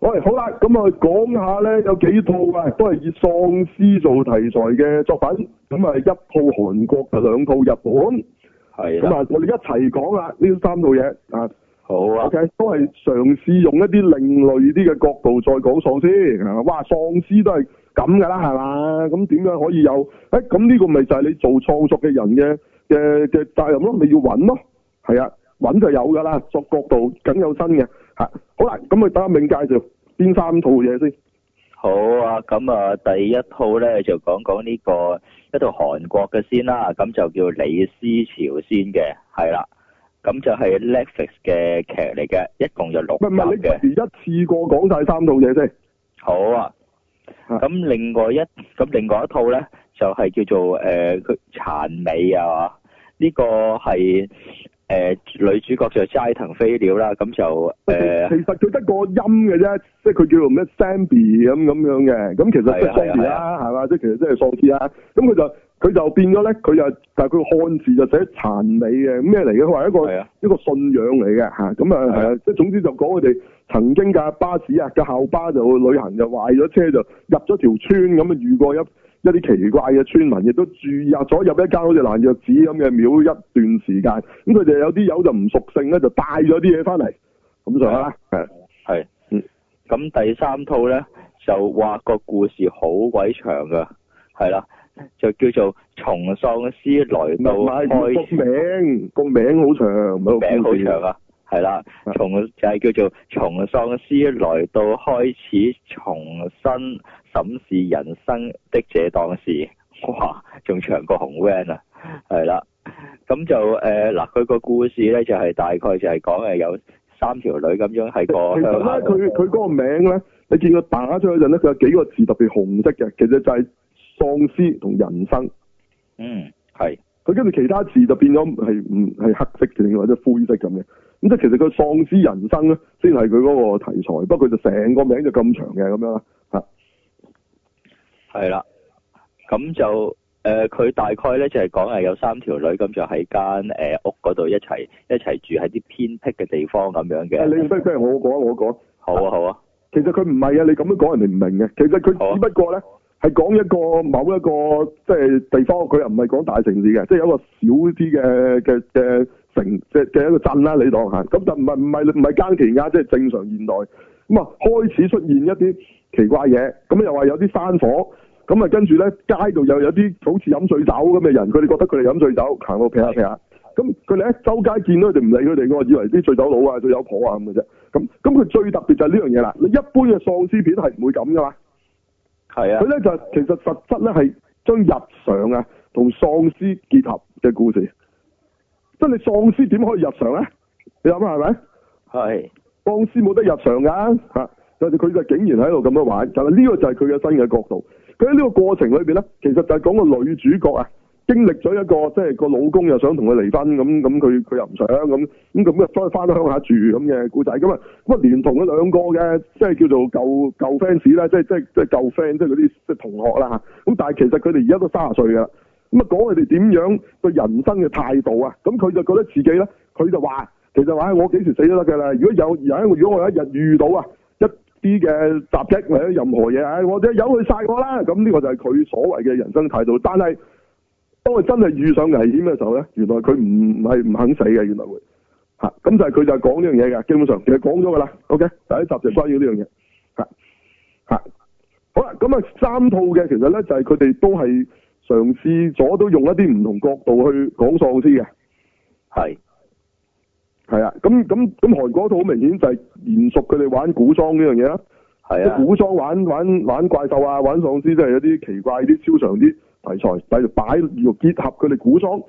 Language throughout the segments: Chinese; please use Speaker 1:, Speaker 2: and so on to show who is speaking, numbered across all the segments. Speaker 1: 喂，好啦，咁啊講下咧，有幾套啊，都係以喪屍做題材嘅作品，咁啊一套韓國，就兩套日本，
Speaker 2: 係
Speaker 1: 咁
Speaker 2: 啦，
Speaker 1: 啊我哋一齊講啦呢三套嘢啊
Speaker 2: 好啊，
Speaker 1: ，OK，都係嘗試用一啲另類啲嘅角度再講喪屍，啊哇，喪屍都係咁噶啦，係嘛？咁點樣可以有？誒、咁呢個咪就係你做創作嘅人嘅嘅嘅責任咯，你要揾咯，係啊，揾就有噶啦，作角度梗有新嘅，嚇、好啦，咁啊等阿明介紹邊三套嘢先。
Speaker 2: 好啊，咁啊，第一套咧就講講呢個一套韓國嘅先啦，咁就叫《李屍朝鮮》嘅，係啦，咁就係 Netflix 嘅劇嚟嘅，一共就六
Speaker 1: 唔係唔係，你
Speaker 2: 集嘅。
Speaker 1: 不如一次過講晒三套嘢先。
Speaker 2: 好啊，
Speaker 1: 啊
Speaker 2: 咁另外一咁另外一套咧就係、叫做誒佢、殘美啊嘛，呢、個係誒、呃女主角就齋藤飛鳥啦，咁就誒。呃
Speaker 1: 其實佢得個音嘅啫，即係佢叫做咩 Sambi 咁咁樣嘅，咁其實即係
Speaker 2: 係啊
Speaker 1: Sambi
Speaker 2: 係
Speaker 1: 啦，係嘛？即係其實即係喪屍啦。咁佢就佢就變咗咧，佢就但係佢漢字就寫殘美嘅，咩嚟嘅？佢話一個
Speaker 2: 係啊
Speaker 1: 一個信仰嚟嘅嚇。咁啊係
Speaker 2: 係
Speaker 1: 啊，即係總之就講佢哋曾經架巴士啊，架校巴就旅行就壞咗車，就入咗條村咁啊，遇過一一啲奇怪嘅村民，亦都啊住入咗入一間好似爛藥寺咁嘅廟一段時間。咁佢哋有啲友就唔熟性咧，就帶咗啲嘢翻嚟。咁上下
Speaker 2: 啊
Speaker 1: 啦，係
Speaker 2: 係
Speaker 1: 嗯。
Speaker 2: 咁第三套咧就話個故事好鬼長噶，係啦，就叫做《從喪屍來
Speaker 1: 唔
Speaker 2: 到
Speaker 1: 係
Speaker 2: 開始
Speaker 1: 個名個名好長，唔係個
Speaker 2: 名好
Speaker 1: 故事
Speaker 2: 長啊，係啦，
Speaker 1: 啊
Speaker 2: 從就係叫做從喪屍來到開始重新審視人生的這檔事，哇，仲長過紅 van 啊，係啦，咁就誒嗱，佢、個故事咧就係、大概就係講誒有三條女咁樣喺
Speaker 1: 其
Speaker 2: 個
Speaker 1: 實
Speaker 2: 鄉下
Speaker 1: 咧，
Speaker 2: 度
Speaker 1: 佢佢嗰個名咧，你見佢打出嗰陣咧，佢有幾個字特別紅色嘅，其實就係喪屍同人生。
Speaker 2: 嗯係。
Speaker 1: 佢跟住其他字就變咗係唔係黑色嘅，或者灰色咁嘅。咁即係其實佢喪屍人生咧，先係佢嗰個題材。不過佢就成個名就咁長嘅咁樣啦。嚇，
Speaker 2: 係啦，咁就誒佢、大概咧就係講係有三條女咁就喺間誒屋嗰度一齊一齊住喺啲偏僻嘅地方咁
Speaker 1: 誒
Speaker 2: 樣嘅。嗯
Speaker 1: 你不如不如我講我講。
Speaker 2: 好啊好啊，
Speaker 1: 其實佢唔係啊，你咁樣講人哋唔明嘅。其實佢
Speaker 2: 好啊
Speaker 1: 只不過咧係講一個某一個即係地方，佢又唔係講大城市嘅，即係有一個小啲嘅嘅嘅城嘅嘅一個鎮啦，你當下。咁就唔係唔係唔係耕田㗎，即係正常現代。咁啊開始出現一啲奇怪嘢，咁啊又話有啲山火。咁啊，跟住咧，街度又有啲好似飲醉酒咁嘅人，佢哋覺得佢哋飲醉酒，行到劈下劈下。咁佢哋喺周街見到佢哋唔理佢哋，我以為啲醉酒佬啊、醉酒婆啊咁嘅啫。咁咁佢最特別就係呢樣嘢啦。你一般嘅喪屍片係唔會咁噶嘛。
Speaker 2: 係
Speaker 1: 佢
Speaker 2: 啊，
Speaker 1: 咧就其實實質咧係將日常啊同喪屍結合嘅故事。即係你喪屍點可以日常咧？你諗下係咪？
Speaker 2: 係
Speaker 1: 喪屍冇得入場㗎嚇，但係佢就竟然喺度咁樣玩，就係呢個就係佢嘅新嘅角度。佢喺呢個過程裏邊咧，其實就係講個女主角啊，經歷咗一個即係個老公又想同佢離婚，咁咁佢佢又唔想咁咁咁啊，翻翻到鄉下住咁嘅故仔咁啊，咁啊連同佢兩個嘅即係叫做舊舊 fans 啦，即係即係即係舊 friend，即係嗰啲即係同學啦嚇。咁但係其實佢哋而家都三十歲㗎啦。咁啊講佢哋點樣對人生嘅態度啊，咁佢就覺得自己咧，佢就話其實話哎唉我幾時死都得㗎啦。如果有有如果我有一日遇到啊一啲嘅襲擊或者任何嘢，唉我哋由佢晒我啦。咁呢個就係佢所謂嘅人生態度。但係當佢真係遇上危險嘅時候咧，原來佢唔係唔肯死嘅，原來會嚇。咁就係佢就係講呢樣嘢嘅，基本上其實講咗㗎啦。OK，第一集就關於呢樣嘢嚇嚇。好啦，咁啊三套嘅其實咧就係佢哋都係嘗試咗都用一啲唔同角度去講喪屍嘅，
Speaker 2: 係
Speaker 1: 係啊，咁咁咁韓國嗰套好明顯就係延續佢哋玩古裝呢樣嘢啦，即
Speaker 2: 係
Speaker 1: 係
Speaker 2: 啊，
Speaker 1: 古裝玩玩玩怪獸啊，玩喪屍都係有啲奇怪啲超常啲題材，但係擺要結合佢哋古裝。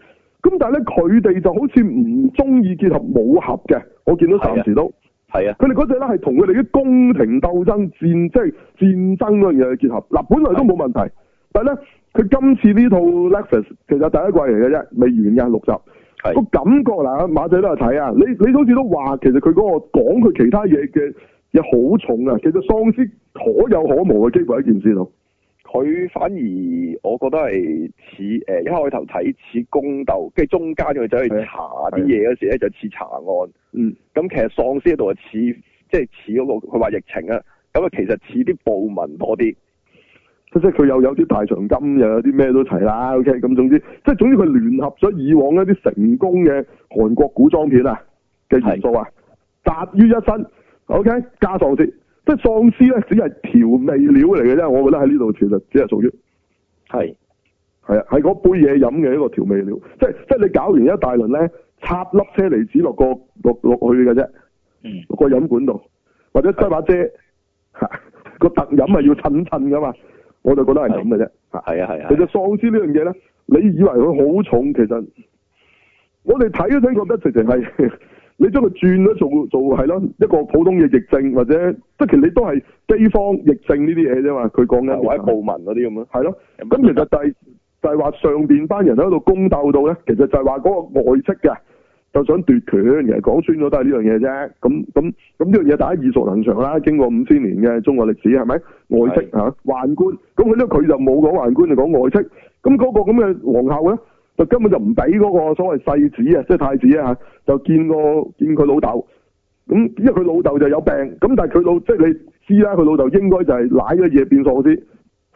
Speaker 1: 咁但係咧，佢哋就好似唔中意結合武俠嘅，我見到暫時都。
Speaker 2: 係啊，
Speaker 1: 佢哋嗰只咧係同佢哋啲宮廷鬥爭戰，即係戰爭嗰樣嘢去結合。嗱，本來都冇問題，但係咧，佢今次呢套 Lexus 其實第一季嚟嘅啫，未完嘅六集。個
Speaker 2: 係
Speaker 1: 感覺嗱，馬仔都有睇啊！你你好似都話，其實佢嗰個講佢其他嘢嘅嘢好重啊！其實喪屍可有可無嘅機會喺件事度。
Speaker 3: 佢反而我覺得係似呃誒一開頭睇似宮鬥，跟住中間佢走去
Speaker 2: 啊
Speaker 1: 係
Speaker 3: 查啲嘢嗰時咧就似查案。
Speaker 1: 嗯，
Speaker 3: 咁其實喪屍喺度係似即係似嗰個佢話疫情啊，
Speaker 2: 咁啊其實似啲暴民多啲，
Speaker 1: 即係佢又有啲大長今，又有啲咩都齊啦。OK，咁總之，即係總之佢聯合咗以往一啲成功嘅韓國古裝片啊嘅元素啊，集於一身。OK，加喪屍，即係喪屍咧，只係調味料嚟嘅啫。我覺得喺呢度其實只係屬於
Speaker 4: 係
Speaker 1: 係啊，係嗰杯嘢飲嘅一個調味料。即係即係你搞完一大輪咧，插粒車厘子落個落落去嘅啫，
Speaker 4: 嗯
Speaker 1: 落個飲管度，或者擠把遮，嚇個特飲係要襯襯噶嘛。我就覺得係咁嘅啫。嚇
Speaker 4: 係啊係啊
Speaker 1: 其，實喪屍呢樣嘢咧，你以為佢好重，其實我哋睇都睇覺得直情係 你將佢轉咗做做係咯一個普通嘅疫症，或者即係其實你都係饑荒、疫症呢啲嘢啫嘛。佢講緊
Speaker 2: 或者暴民嗰啲咁咯。
Speaker 1: 係咯，咁其實就係、就係、話上邊班人喺度宮鬥到咧，其實就係話嗰個外戚嘅就想奪權，其實講穿咗都係呢樣嘢啫。咁咁咁呢樣嘢大家耳熟能詳啦，經過五千年嘅中國歷史係咪？外戚
Speaker 4: 係
Speaker 1: 嚇、宦官，咁佢咧佢就冇講宦官，就講外戚。咁嗰個咁嘅皇后咧，就根本就唔俾嗰個所謂世子啊，即係太子啊嚇，就見個見佢老豆。咁因為佢老豆就有病，咁但係佢老即係你知啦，佢老豆應該就係舐咗嘢變喪屍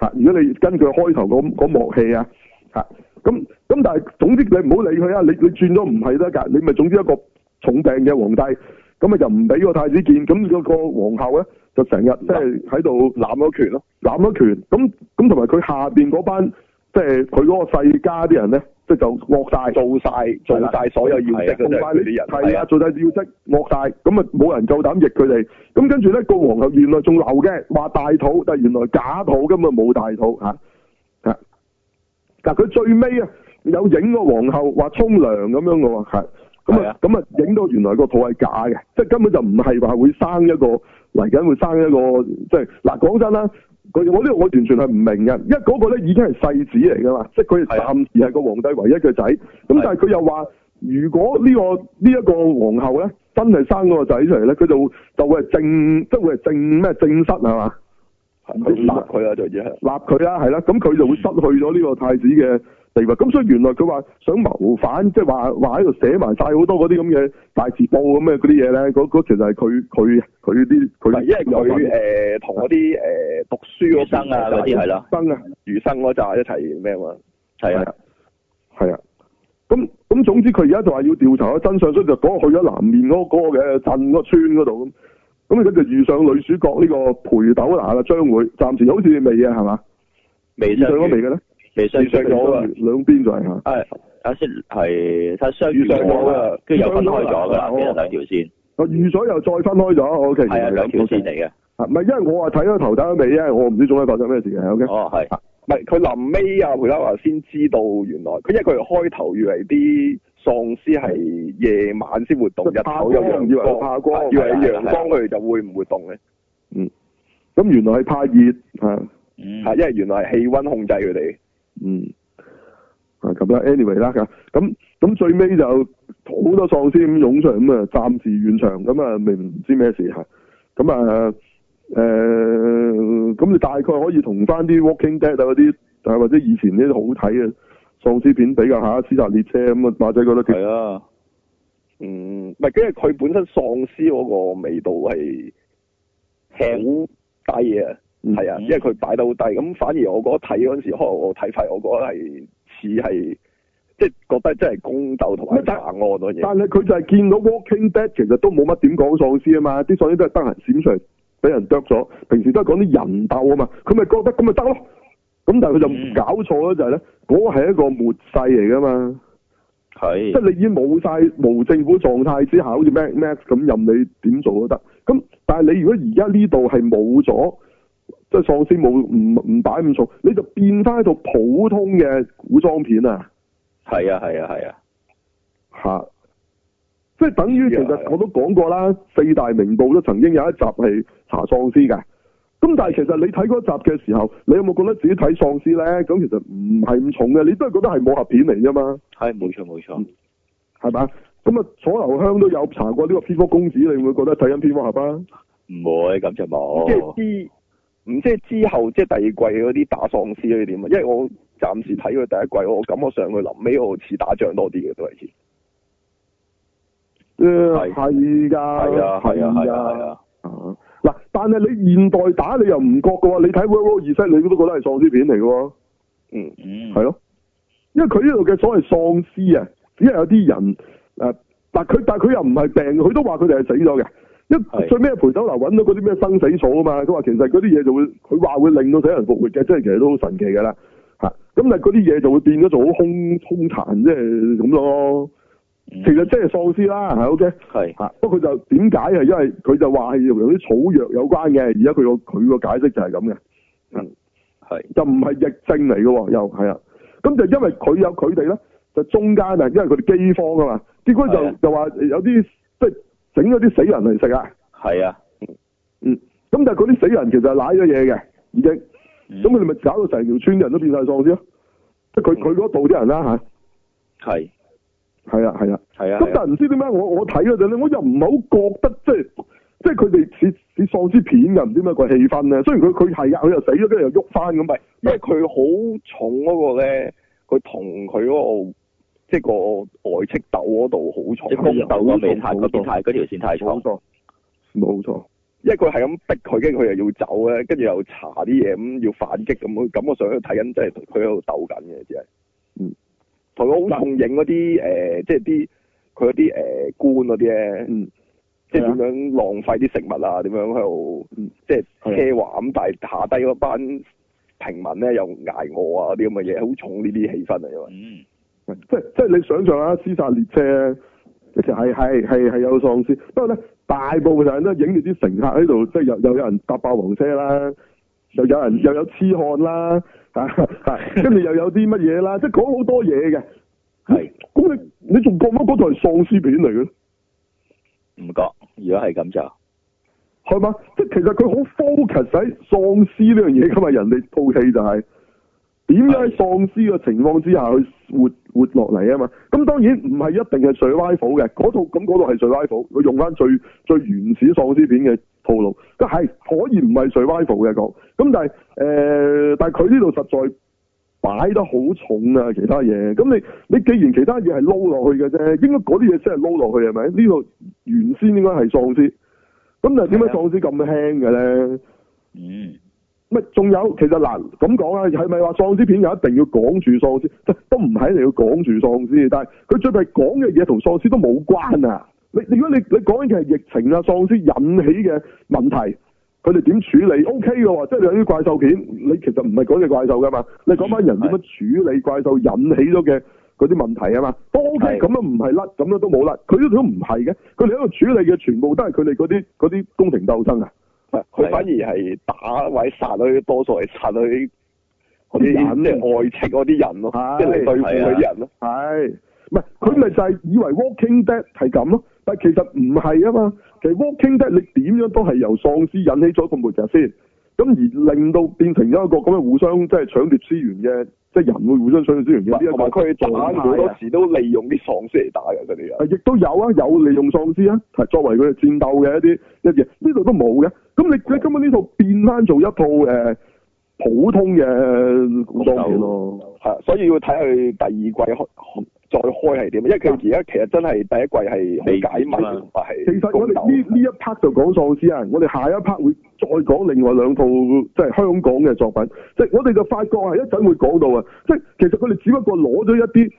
Speaker 1: 嚇。如果你跟佢開頭嗰嗰幕戲啊嚇，咁咁但係總之你唔好理佢啊，你你轉咗唔係得㗎，你咪總之一個重病嘅皇帝，咁啊就唔俾個太子見，咁嗰個皇后咧就成日即係喺度
Speaker 2: 攬咗權咯，
Speaker 1: 攬咗權，咁咁同埋佢下邊嗰班即係佢嗰個世家啲人咧，即係就惡晒。
Speaker 2: 做晒做晒所有要職嘅
Speaker 1: 做
Speaker 2: 啫，
Speaker 1: 晒
Speaker 2: 佢啲人
Speaker 1: 啊係啊，做晒要職惡晒，咁啊冇人夠膽逆佢哋。咁跟住咧個皇后原來仲流嘅，話大肚，但係原來假肚，根本冇大肚嚇嚇。嗱佢最尾啊有影個皇后話沖涼咁樣嘅喎係咁
Speaker 4: 係
Speaker 1: 啊
Speaker 4: 啊
Speaker 1: 咁啊影到原來個肚係假嘅，即係根本就唔係話會生一個嚟緊會生一個即係嗱講真啦。佢我呢個我完全係唔明嘅，因為嗰個咧已經係世子嚟㗎嘛，即係佢
Speaker 4: 係啊
Speaker 1: 暫時係個皇帝唯一嘅仔，咁但係佢又話，如果呢、個呢一、個皇后咧，真係生咗個仔出嚟咧，佢就就會係正，即係會係正咩正室係嘛，
Speaker 2: 佢攬佢啊，就只係
Speaker 1: 立佢啦，係啦，咁佢就會失去咗呢個太子嘅地位。咁所以原來佢話想謀反，即係話話喺度寫埋晒好多嗰啲咁嘅大字報咁嘅嗰啲嘢咧，嗰嗰其實係佢佢佢啲
Speaker 2: 唔
Speaker 1: 佢
Speaker 2: 係因為佢誒同嗰啲誒讀書嗰
Speaker 4: 醫生啊嗰啲係咯，
Speaker 1: 生啊。
Speaker 2: 餘生嗰扎一齊咩嘛？
Speaker 4: 係啊，，
Speaker 1: 係啊。咁咁總之佢而家就話要調查個真相，所以就講去咗南面嗰嗰個嘅鎮嗰個村嗰度咁。咁而家就遇上女主角呢個裴斗娜啦，將會暫時好似未啊，係嘛？
Speaker 4: 未
Speaker 1: 遇
Speaker 4: 相
Speaker 1: 上咗
Speaker 4: 遇
Speaker 1: 未嘅咧？
Speaker 4: 未相遇
Speaker 2: 遇上咗啦
Speaker 1: 兩啊邊就係嚇。
Speaker 4: 啊，睇下先係睇下相遇
Speaker 2: 遇上咗啦
Speaker 4: 啊跟住又分開咗噶啦，
Speaker 1: 遇上
Speaker 4: 其
Speaker 1: 咗
Speaker 4: 實
Speaker 1: 啦
Speaker 4: 兩條線，
Speaker 1: 我哦遇咗又再分開咗，OK。
Speaker 4: 係啊兩條線嚟嘅，
Speaker 1: 啊，唔係因為我啊睇咗頭睇咗尾，因為我唔知中間發生咩事嘅，OK。
Speaker 4: 哦係
Speaker 2: 唔係佢臨尾啊，培拉華先知道原來佢因為佢開頭以為啲喪屍係夜晚先活動，
Speaker 1: 即
Speaker 2: 日
Speaker 1: 係怕
Speaker 2: 頭有
Speaker 1: 光以為
Speaker 2: 陽
Speaker 1: 佢
Speaker 2: 光，
Speaker 1: 怕光
Speaker 2: 啊以為有陽光佢哋就會唔活動咧？
Speaker 1: 嗯咁原來係怕啊熱嚇。
Speaker 4: 嗯
Speaker 2: 嚇，因為原來係氣温控制佢哋。
Speaker 1: 嗯，啊咁啦，anyway 啦咁咁咁最尾就好多喪屍咁湧出嚟，咁啊暫時完場，咁啊未唔知咩事嚇，咁啊誒咁、你大概可以同翻啲 Walking Dead 啊嗰啲，啊或者以前呢啲好睇嘅喪屍片比較下，《屍殺列車》咁啊，馬仔覺得幾
Speaker 4: 係啊，
Speaker 2: 嗯，唔係，因為佢本身喪屍嗰個味道係好低啊，
Speaker 1: 嗯
Speaker 2: 係啊，因為佢擺得好低，咁反而我覺得睇嗰陣時，可能我睇法，我覺得係似係即係覺得真係宮鬥同埋
Speaker 1: 但
Speaker 2: 查案嗰嘢。
Speaker 1: 但係佢就係見到 Walking Dead 其實都冇乜點講喪屍啊嘛，啲喪屍都係得閒閃出嚟俾人啄咗，平時都係講啲人鬥啊嘛，佢咪覺得咁咪得咯。咁但係佢
Speaker 4: 嗯
Speaker 1: 就搞錯咗就係咧，嗰個係一個末世嚟噶嘛，即
Speaker 4: 係
Speaker 1: 係你已經冇晒無政府狀態之下，好似 Max Max 咁任你點做都得。咁但係你如果而家呢度係冇咗，即係喪屍冇唔唔擺咁重，你就變翻一套普通嘅古裝片啊！
Speaker 4: 係啊係啊係啊，
Speaker 1: 吓、即係等於其實我都講過啦，四大名捕都曾經有一集係查喪屍嘅。咁但係其實你睇嗰集嘅時候，你有冇覺得自己睇喪屍咧？咁其實唔係咁重嘅，你都係覺得係武俠片嚟啫嘛，
Speaker 4: 係冇錯冇錯，
Speaker 1: 係咪？咁啊，楚留香都有查過呢個蝙蝠公子，你會唔會覺得睇緊蝙蝠俠啊？
Speaker 4: 唔會咁就
Speaker 2: 即係
Speaker 4: 冇，
Speaker 2: 之唔知之後即係第二季嗰啲打喪屍嗰啲點啊？因為我暫時睇佢第一季，我感覺上佢臨尾我似打仗多啲嘅都係似。
Speaker 1: 誒
Speaker 4: 係
Speaker 1: 呃係㗎，
Speaker 4: 係啊係啊係啊係啊。
Speaker 1: 啊！嗱，但係你現代打你又唔覺嘅喎，你睇 World War 二世你都覺得係喪屍片嚟嘅喎，
Speaker 2: 嗯，
Speaker 4: 嗯，
Speaker 1: 係咯，因為佢呢度嘅所謂喪屍啊，只係有啲人誒、呃但佢但佢又唔係病，佢都話佢哋係死咗嘅。因為
Speaker 4: 係
Speaker 1: 最尾陪酒樓揾到嗰啲咩生死草啊嘛，佢話其實嗰啲嘢就會，佢話會令到死人復活嘅，即係其實都好神奇㗎啦嚇。咁但係嗰啲嘢就會變咗做好兇兇殘，即係咁咯。
Speaker 4: 嗯
Speaker 1: 其實即係喪屍啦，係 OK。
Speaker 4: 係
Speaker 1: 嚇，不過佢就點解係因為佢就話係同啲草藥有關嘅，而家佢個佢個解釋就係咁嘅，
Speaker 4: 係
Speaker 1: 就唔係疫症嚟嘅喎，又係啊，咁就因為佢有佢哋咧，就中間啊，因為佢哋饑荒啊嘛，結果
Speaker 4: 係
Speaker 1: 就
Speaker 4: 啊
Speaker 1: 就話有啲即係整咗啲死人嚟食啊，
Speaker 4: 係啊，
Speaker 1: 嗯，咁但係嗰啲死人其實係舐咗嘢嘅，已經，
Speaker 4: 嗯
Speaker 1: 咁佢哋咪搞到成條村人都變晒喪屍咯，即係佢佢嗰度啲人啦
Speaker 4: 係
Speaker 1: 嚇，係啊係啊。
Speaker 4: 係啊，
Speaker 1: 咁但係唔知點解我我睇嗰陣咧，我又唔係好覺得即係即係佢哋似似喪屍片嘅，唔知咩個氣氛咧。雖然佢佢係啊，佢又死咗，跟住又喐翻咁，咪
Speaker 2: 因為佢好重嗰個咧，佢同佢嗰個即係個外戚鬥嗰度好重
Speaker 4: 即係，宮鬥嗰邊太嗰邊太嗰條線太
Speaker 1: 冇
Speaker 4: 長，
Speaker 1: 錯冇錯，
Speaker 2: 因為佢係咁逼佢，跟住佢又要走咧，跟住又查啲嘢咁要反擊咁，感覺上喺度睇緊，即係佢喺度鬥緊嘅，只係，
Speaker 1: 嗯，
Speaker 2: 同佢好重影嗰啲誒，即係啲佢嗰啲誒官嗰啲咧，
Speaker 1: 嗯
Speaker 2: 即係點樣浪費啲食物啊，點樣喺度
Speaker 1: 嗯
Speaker 2: 即係
Speaker 1: 係啊
Speaker 2: 奢華咁，但係下低嗰班平民咧又捱餓啊嗰啲咁嘅嘢，好重呢啲氣氛啊，因為
Speaker 4: 嗯，
Speaker 1: 即係即係你想象下《屍殺列車》，其實係係係係有喪屍，不過咧大部分人都影住啲乘客喺度，即係又又有人搭霸王車啦，又有人又有痴漢啦，啊啊跟住又有啲乜嘢啦，即係講好多嘢嘅。
Speaker 4: 係
Speaker 1: 咁你你仲覺唔覺得嗰套係喪屍片嚟嘅咧？
Speaker 4: 唔覺。如果係咁就
Speaker 1: 係嘛？即係其實佢好 focus 喺喪屍呢樣嘢噶嘛，人哋套戲就係點樣喺喪屍嘅情況之下去活活落嚟啊嘛。咁當然唔係一定係 survival 嘅，嗰套咁嗰套係 survival，佢用翻最最原始喪屍片嘅套路，咁係可以唔係 survival 嘅講。咁但係誒、呃但係佢呢度實在。擺得好重啊！其他嘢，咁你你既然其他嘢係撈落去嘅啫，應該嗰啲嘢先係撈落去係咪？呢度原先應該係喪屍，咁但係點解
Speaker 2: 係啊
Speaker 1: 喪屍咁輕嘅咧？
Speaker 4: 嗯
Speaker 1: 咪仲有，其實嗱咁講啊，係咪話喪屍片又一定要講住喪屍？都都唔係一定要講住喪屍，但係佢最弊講嘅嘢同喪屍都冇關啊！你你如果你你講緊嘅係疫情啊、喪屍引起嘅問題，佢哋點處理？O K 嘅喎，即係你有啲怪獸片，你其實唔係講隻怪獸噶嘛，你講翻人點樣處理怪獸引起咗嘅嗰啲問題啊嘛，都 O K，
Speaker 4: 係
Speaker 1: 咁樣唔係甩，咁樣都冇甩，佢呢度都唔係嘅，佢哋喺度處理嘅全部都係佢哋嗰啲嗰啲宮廷鬥爭啊！
Speaker 2: 佢反而係打或者殺佢，多數係殺佢 嗰
Speaker 1: 啲人
Speaker 2: 啲即係外戚嗰啲人咯
Speaker 1: 係，
Speaker 2: 即係嚟對付嗰啲人咯。
Speaker 1: 係，啊唔係佢咪就係以為 Walking Dead 係咁咯，但係其實唔係啊嘛。其實 Walking Dead 你點樣都係由喪屍引起咗個末日先，咁而令到變成咗一個咁嘅互相即係搶奪資源嘅，即係人會互相搶奪資源嘅呢一
Speaker 2: 同埋
Speaker 1: 個
Speaker 2: 佢打
Speaker 1: 狀態啊
Speaker 2: 好多時都利用啲喪屍嚟打嘅嗰啲人。
Speaker 1: 亦都有啊，有利用喪屍啊，係作為佢哋戰鬥嘅一啲一啲嘢，呢度都冇嘅。咁你你根本呢套變翻做一套誒、呃普通嘅古裝片咯，
Speaker 2: 係，啊所以要睇佢第二季開再開係點，因為
Speaker 1: 啊
Speaker 2: 佢而家其實真係第一季係好解密，
Speaker 4: 未知
Speaker 2: 同
Speaker 4: 嘛
Speaker 2: 埋係
Speaker 1: 其實我哋呢呢一 part 就講喪屍啊，我哋下一 part 會再講另外兩套即係香港嘅作品，即係我哋就發覺係一陣會講到啊，即係其實佢哋只不過攞咗一啲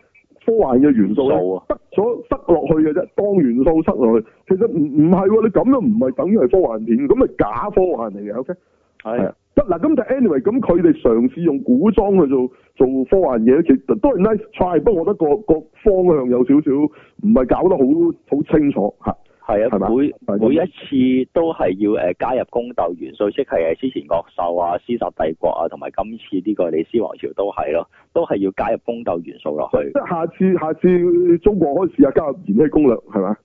Speaker 1: 科幻嘅元素呢
Speaker 4: 元素啊
Speaker 1: 得咗塞落去嘅啫，當元素塞落去，其實唔唔係喎，你咁樣唔係等於係科幻片，咁咪假科幻嚟嘅，OK？係
Speaker 4: 係
Speaker 1: 啊，得嗱咁但係 anyway，咁佢哋嘗試用古裝去做做科幻嘢，其實當然 nice try，不過我覺得個個方向有少少唔係搞得好好清楚嚇。
Speaker 4: 係
Speaker 1: 係嘛
Speaker 4: 啊，
Speaker 1: 係
Speaker 4: 每
Speaker 1: 咁
Speaker 4: 每一次都係要誒加入宮鬥元素，即係誒呃之前惡獸啊、屍殺帝國啊，同埋今次呢個李斯王朝都係咯，都係要加入宮鬥元素落去
Speaker 1: 即。係下次下次中國開始啊，加入延禧攻略係咪？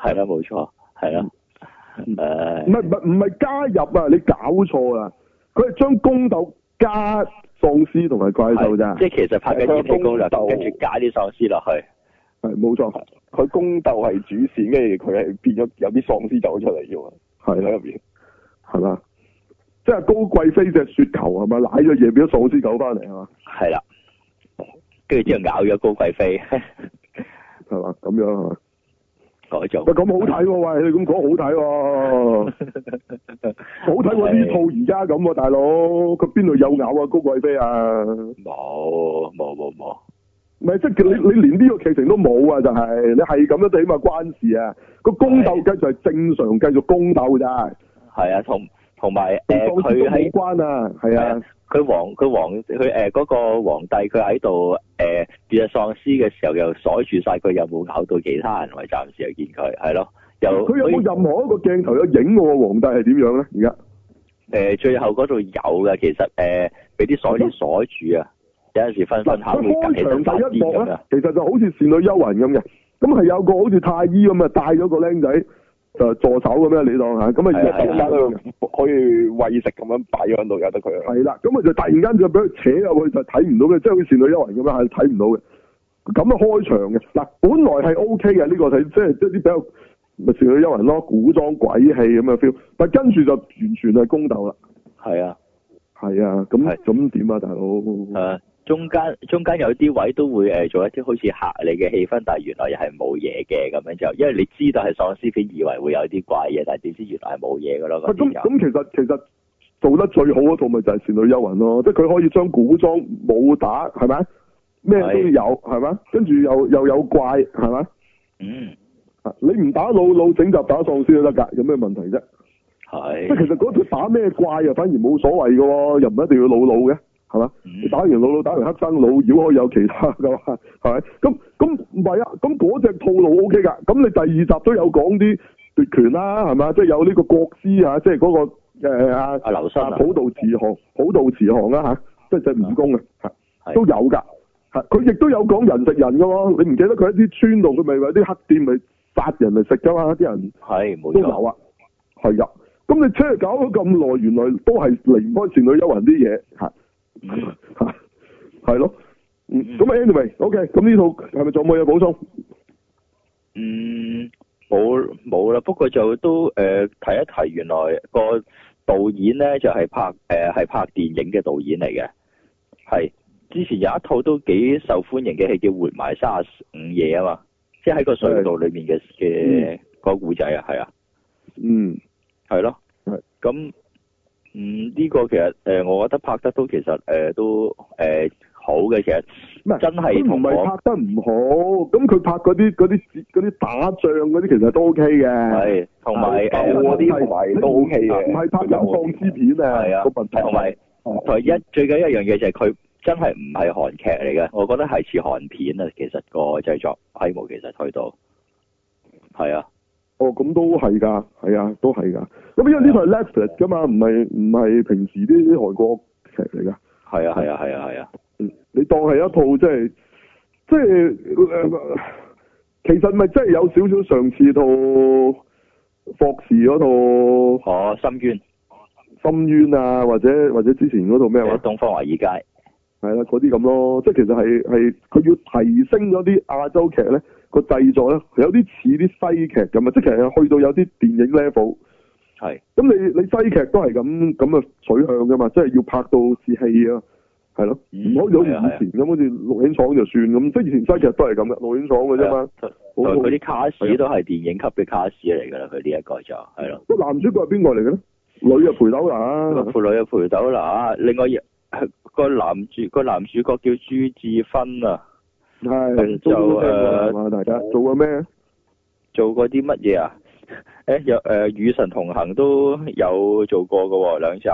Speaker 4: 係啦，啊冇錯，係啊呃啦，
Speaker 1: 嗯唔
Speaker 4: 誒，
Speaker 1: 係唔係唔係加入啊，你搞錯啊！佢係將宮鬥加喪屍同埋怪獸咋
Speaker 4: 係，即係其實拍緊《延禧攻略》，跟住加啲喪屍落去，
Speaker 1: 係冇錯，
Speaker 2: 佢宮鬥係主線，跟住佢係變咗有啲喪屍走出嚟嘅喎，
Speaker 1: 係啊
Speaker 2: 喺
Speaker 1: 啦
Speaker 2: 入邊。
Speaker 1: 係嘛？即係高貴妃隻雪球係咪？舐咗嘢變咗喪屍狗翻嚟係嘛？
Speaker 4: 係啦， 跟住之後咬咗高貴妃，
Speaker 1: 係嘛？咁樣係嘛？
Speaker 4: 所做。
Speaker 1: 喂，咁好睇喎、喂，你咁講好睇 喎、好睇過呢套而家咁喎，大佬，佢邊度有咬啊高貴妃啊？
Speaker 4: 冇冇冇冇，
Speaker 1: 咪即係你你連呢個劇情都冇啊！就係、你係咁樣都起碼關事啊！個宮鬥繼續係正常繼續宮鬥咋，
Speaker 4: 係啊，同同埋
Speaker 1: 同
Speaker 4: 誒
Speaker 1: 喪屍
Speaker 4: 佢
Speaker 1: 都
Speaker 4: 喺
Speaker 1: 冇關啊，係啊，
Speaker 4: 佢皇佢皇佢誒嗰個皇帝佢喺度誒變咗喪屍嘅時候，又鎖住晒佢有冇咬到其他人，咪暫時又見佢係咯，又
Speaker 1: 佢有冇任何一個鏡頭有影我個皇帝係點樣咧？而家
Speaker 4: 誒、呃最後嗰度有嘅，其實誒俾啲鎖鏈鎖住啊，有陣時分分下
Speaker 1: 嗱，
Speaker 4: 會隔起
Speaker 1: 佢開
Speaker 4: 身發
Speaker 1: 場第
Speaker 4: 癲
Speaker 1: 一幕
Speaker 4: 咁
Speaker 1: 咧
Speaker 4: 啊，，
Speaker 1: 其實就好似《倩女幽魂》咁嘅，咁係有個好似太醫咁啊，帶咗個僆仔就助手咁樣，你當嚇，咁啊
Speaker 4: 係啊
Speaker 1: 入咗
Speaker 2: 中間
Speaker 1: 間
Speaker 2: 都可以餵食咁樣擺咗喺度，由得佢啊。
Speaker 1: 係啦，咁啊就突然間就俾佢扯入去，就睇唔到嘅，即係好似倩女幽魂咁樣，係睇唔到嘅。咁啊開場嘅嗱，本來係 O K 嘅呢個睇，即係即係啲比較咪倩女幽魂咯，古裝鬼戲咁嘅 feel，但跟住就完全係宮鬥啦。
Speaker 4: 係啊，
Speaker 1: 係啊，咁
Speaker 4: 係
Speaker 1: 咁點啊，大佬？
Speaker 4: 誒、呃中間中間有啲位都會誒、做一啲好似嚇你嘅氣氛，但係原來又係冇嘢嘅咁樣就，因為你知道係喪屍片，以為會有啲怪嘢，但係點知原來係冇嘢嘅咯，嗰
Speaker 1: 喂咁
Speaker 4: 啲就
Speaker 1: 咁其實其實做得最好嗰套咪就係倩女幽魂咯，即係佢可以將古裝武打係咪咩都
Speaker 4: 係
Speaker 1: 有係咪，跟住又又有怪係咪？
Speaker 4: 嗯
Speaker 1: 啊你唔打老老整集打喪屍都得㗎，有咩問題啫？即係
Speaker 4: 係
Speaker 1: 其實嗰條打咩怪啊，反而冇所謂嘅喎，又唔一定要老老嘅，係嘛？
Speaker 4: 嗯
Speaker 1: 你打完老老，打完黑生老妖可以有其他嘅嘛， 係咪？咁咁唔係啊，咁嗰只套路 O K 㗎，咁你第二集都有講啲奪權啦，係嘛？即係有呢個國師啊，即係嗰、個誒阿
Speaker 4: 阿劉生啊
Speaker 1: 普渡慈航，普渡慈航啦嚇，即係隻蜈蚣啊，嚇
Speaker 4: 係
Speaker 1: 都有㗎。嚇佢亦都有講人食人嘅喎，你唔記得佢喺啲村度，佢咪有啲黑店咪殺人嚟食㗎嘛？啲人
Speaker 4: 係冇
Speaker 1: 都有
Speaker 4: 錯，
Speaker 1: 啊，係啊。咁你車搞咗咁耐，原來都係離唔開倩女幽魂啲嘢，係
Speaker 4: 嗯
Speaker 1: 係係咯。嗯
Speaker 4: 嗯
Speaker 1: 咁 anyway，OK，咁呢套係咪仲有冇嘢補充？
Speaker 4: 嗯，冇冇啦。不過就都誒、呃提一提，原來個導演咧就係、拍誒係、拍電影嘅導演嚟嘅，係之前有一套都幾受歡迎嘅戲叫《活埋三十五夜》啊嘛，即係喺個隧道裏面嘅嘅個故仔啊，係啊，
Speaker 1: 嗯，
Speaker 4: 係咯
Speaker 1: 係，
Speaker 4: 咁嗯呢、個其實誒、呃我覺得拍得都其實誒、呃都誒、呃好嘅，其實
Speaker 1: 唔係
Speaker 4: 真係
Speaker 1: 佢唔
Speaker 4: 同
Speaker 1: 係
Speaker 4: 我
Speaker 1: 拍得唔好，咁佢拍嗰啲嗰啲嗰啲打仗嗰啲其實都 OK 嘅。
Speaker 4: 係同埋
Speaker 1: 鬥
Speaker 4: 呃誒
Speaker 1: 啊。
Speaker 2: 嗰啲同埋都 OK 嘅，
Speaker 1: 唔係拍緊喪屍片
Speaker 4: 係
Speaker 1: 啊，
Speaker 4: 啊，
Speaker 1: 個問題
Speaker 4: 同埋同
Speaker 1: 啊
Speaker 4: 埋一最緊一樣嘢就係佢真係唔係韓劇嚟嘅，我覺得係似韓片啊。其實個製作規模其實去到係啊，
Speaker 1: 哦，咁都係㗎，係啊，都係㗎。咁因為呢套係 Netflix 㗎嘛，唔係唔係平時啲韓國劇嚟㗎。
Speaker 4: 係啊，係啊，係啊，係啊，
Speaker 1: 嗯你當係一套即係即係、呃其實咪真係有少少上次套霍士嗰套
Speaker 4: 我哦深淵
Speaker 1: 深淵啊，或者或者之前嗰套咩話
Speaker 4: 誒，東方華爾街
Speaker 1: 係啦嗰啲咁咯，即係其實係係佢要提升咗啲亞洲劇咧個製作咧，有啲似啲西劇咁啊，即係其實去到有啲電影 level。
Speaker 4: 係
Speaker 1: 咁你你西劇都係咁咁嘅取向噶嘛，即係要拍到似戲啊，係咯，唔
Speaker 4: 嗯
Speaker 1: 可以好似
Speaker 4: 係啊係啊
Speaker 1: 以前咁，好似錄影廠就算咁，即係以前西劇都係咁嘅，錄影廠嘅啫嘛。好
Speaker 4: 啊同埋
Speaker 1: 好啊
Speaker 4: 佢啲卡士都係電影級嘅卡士嚟㗎啦，佢呢一個就係咯。
Speaker 1: 個男主角係邊個嚟嘅咧？女啊，裴斗
Speaker 4: 個
Speaker 1: 娜。
Speaker 4: 父女嘅陪斗啦，另外呃個男主個男主角叫朱志芬啊，
Speaker 1: 係
Speaker 4: 咁
Speaker 1: 做
Speaker 4: 就
Speaker 1: 過咩㗎係嘛？大家做過咩？
Speaker 4: 做過啲乜嘢啊？ 誒有誒與神同行都有做過嘅喎，兩集。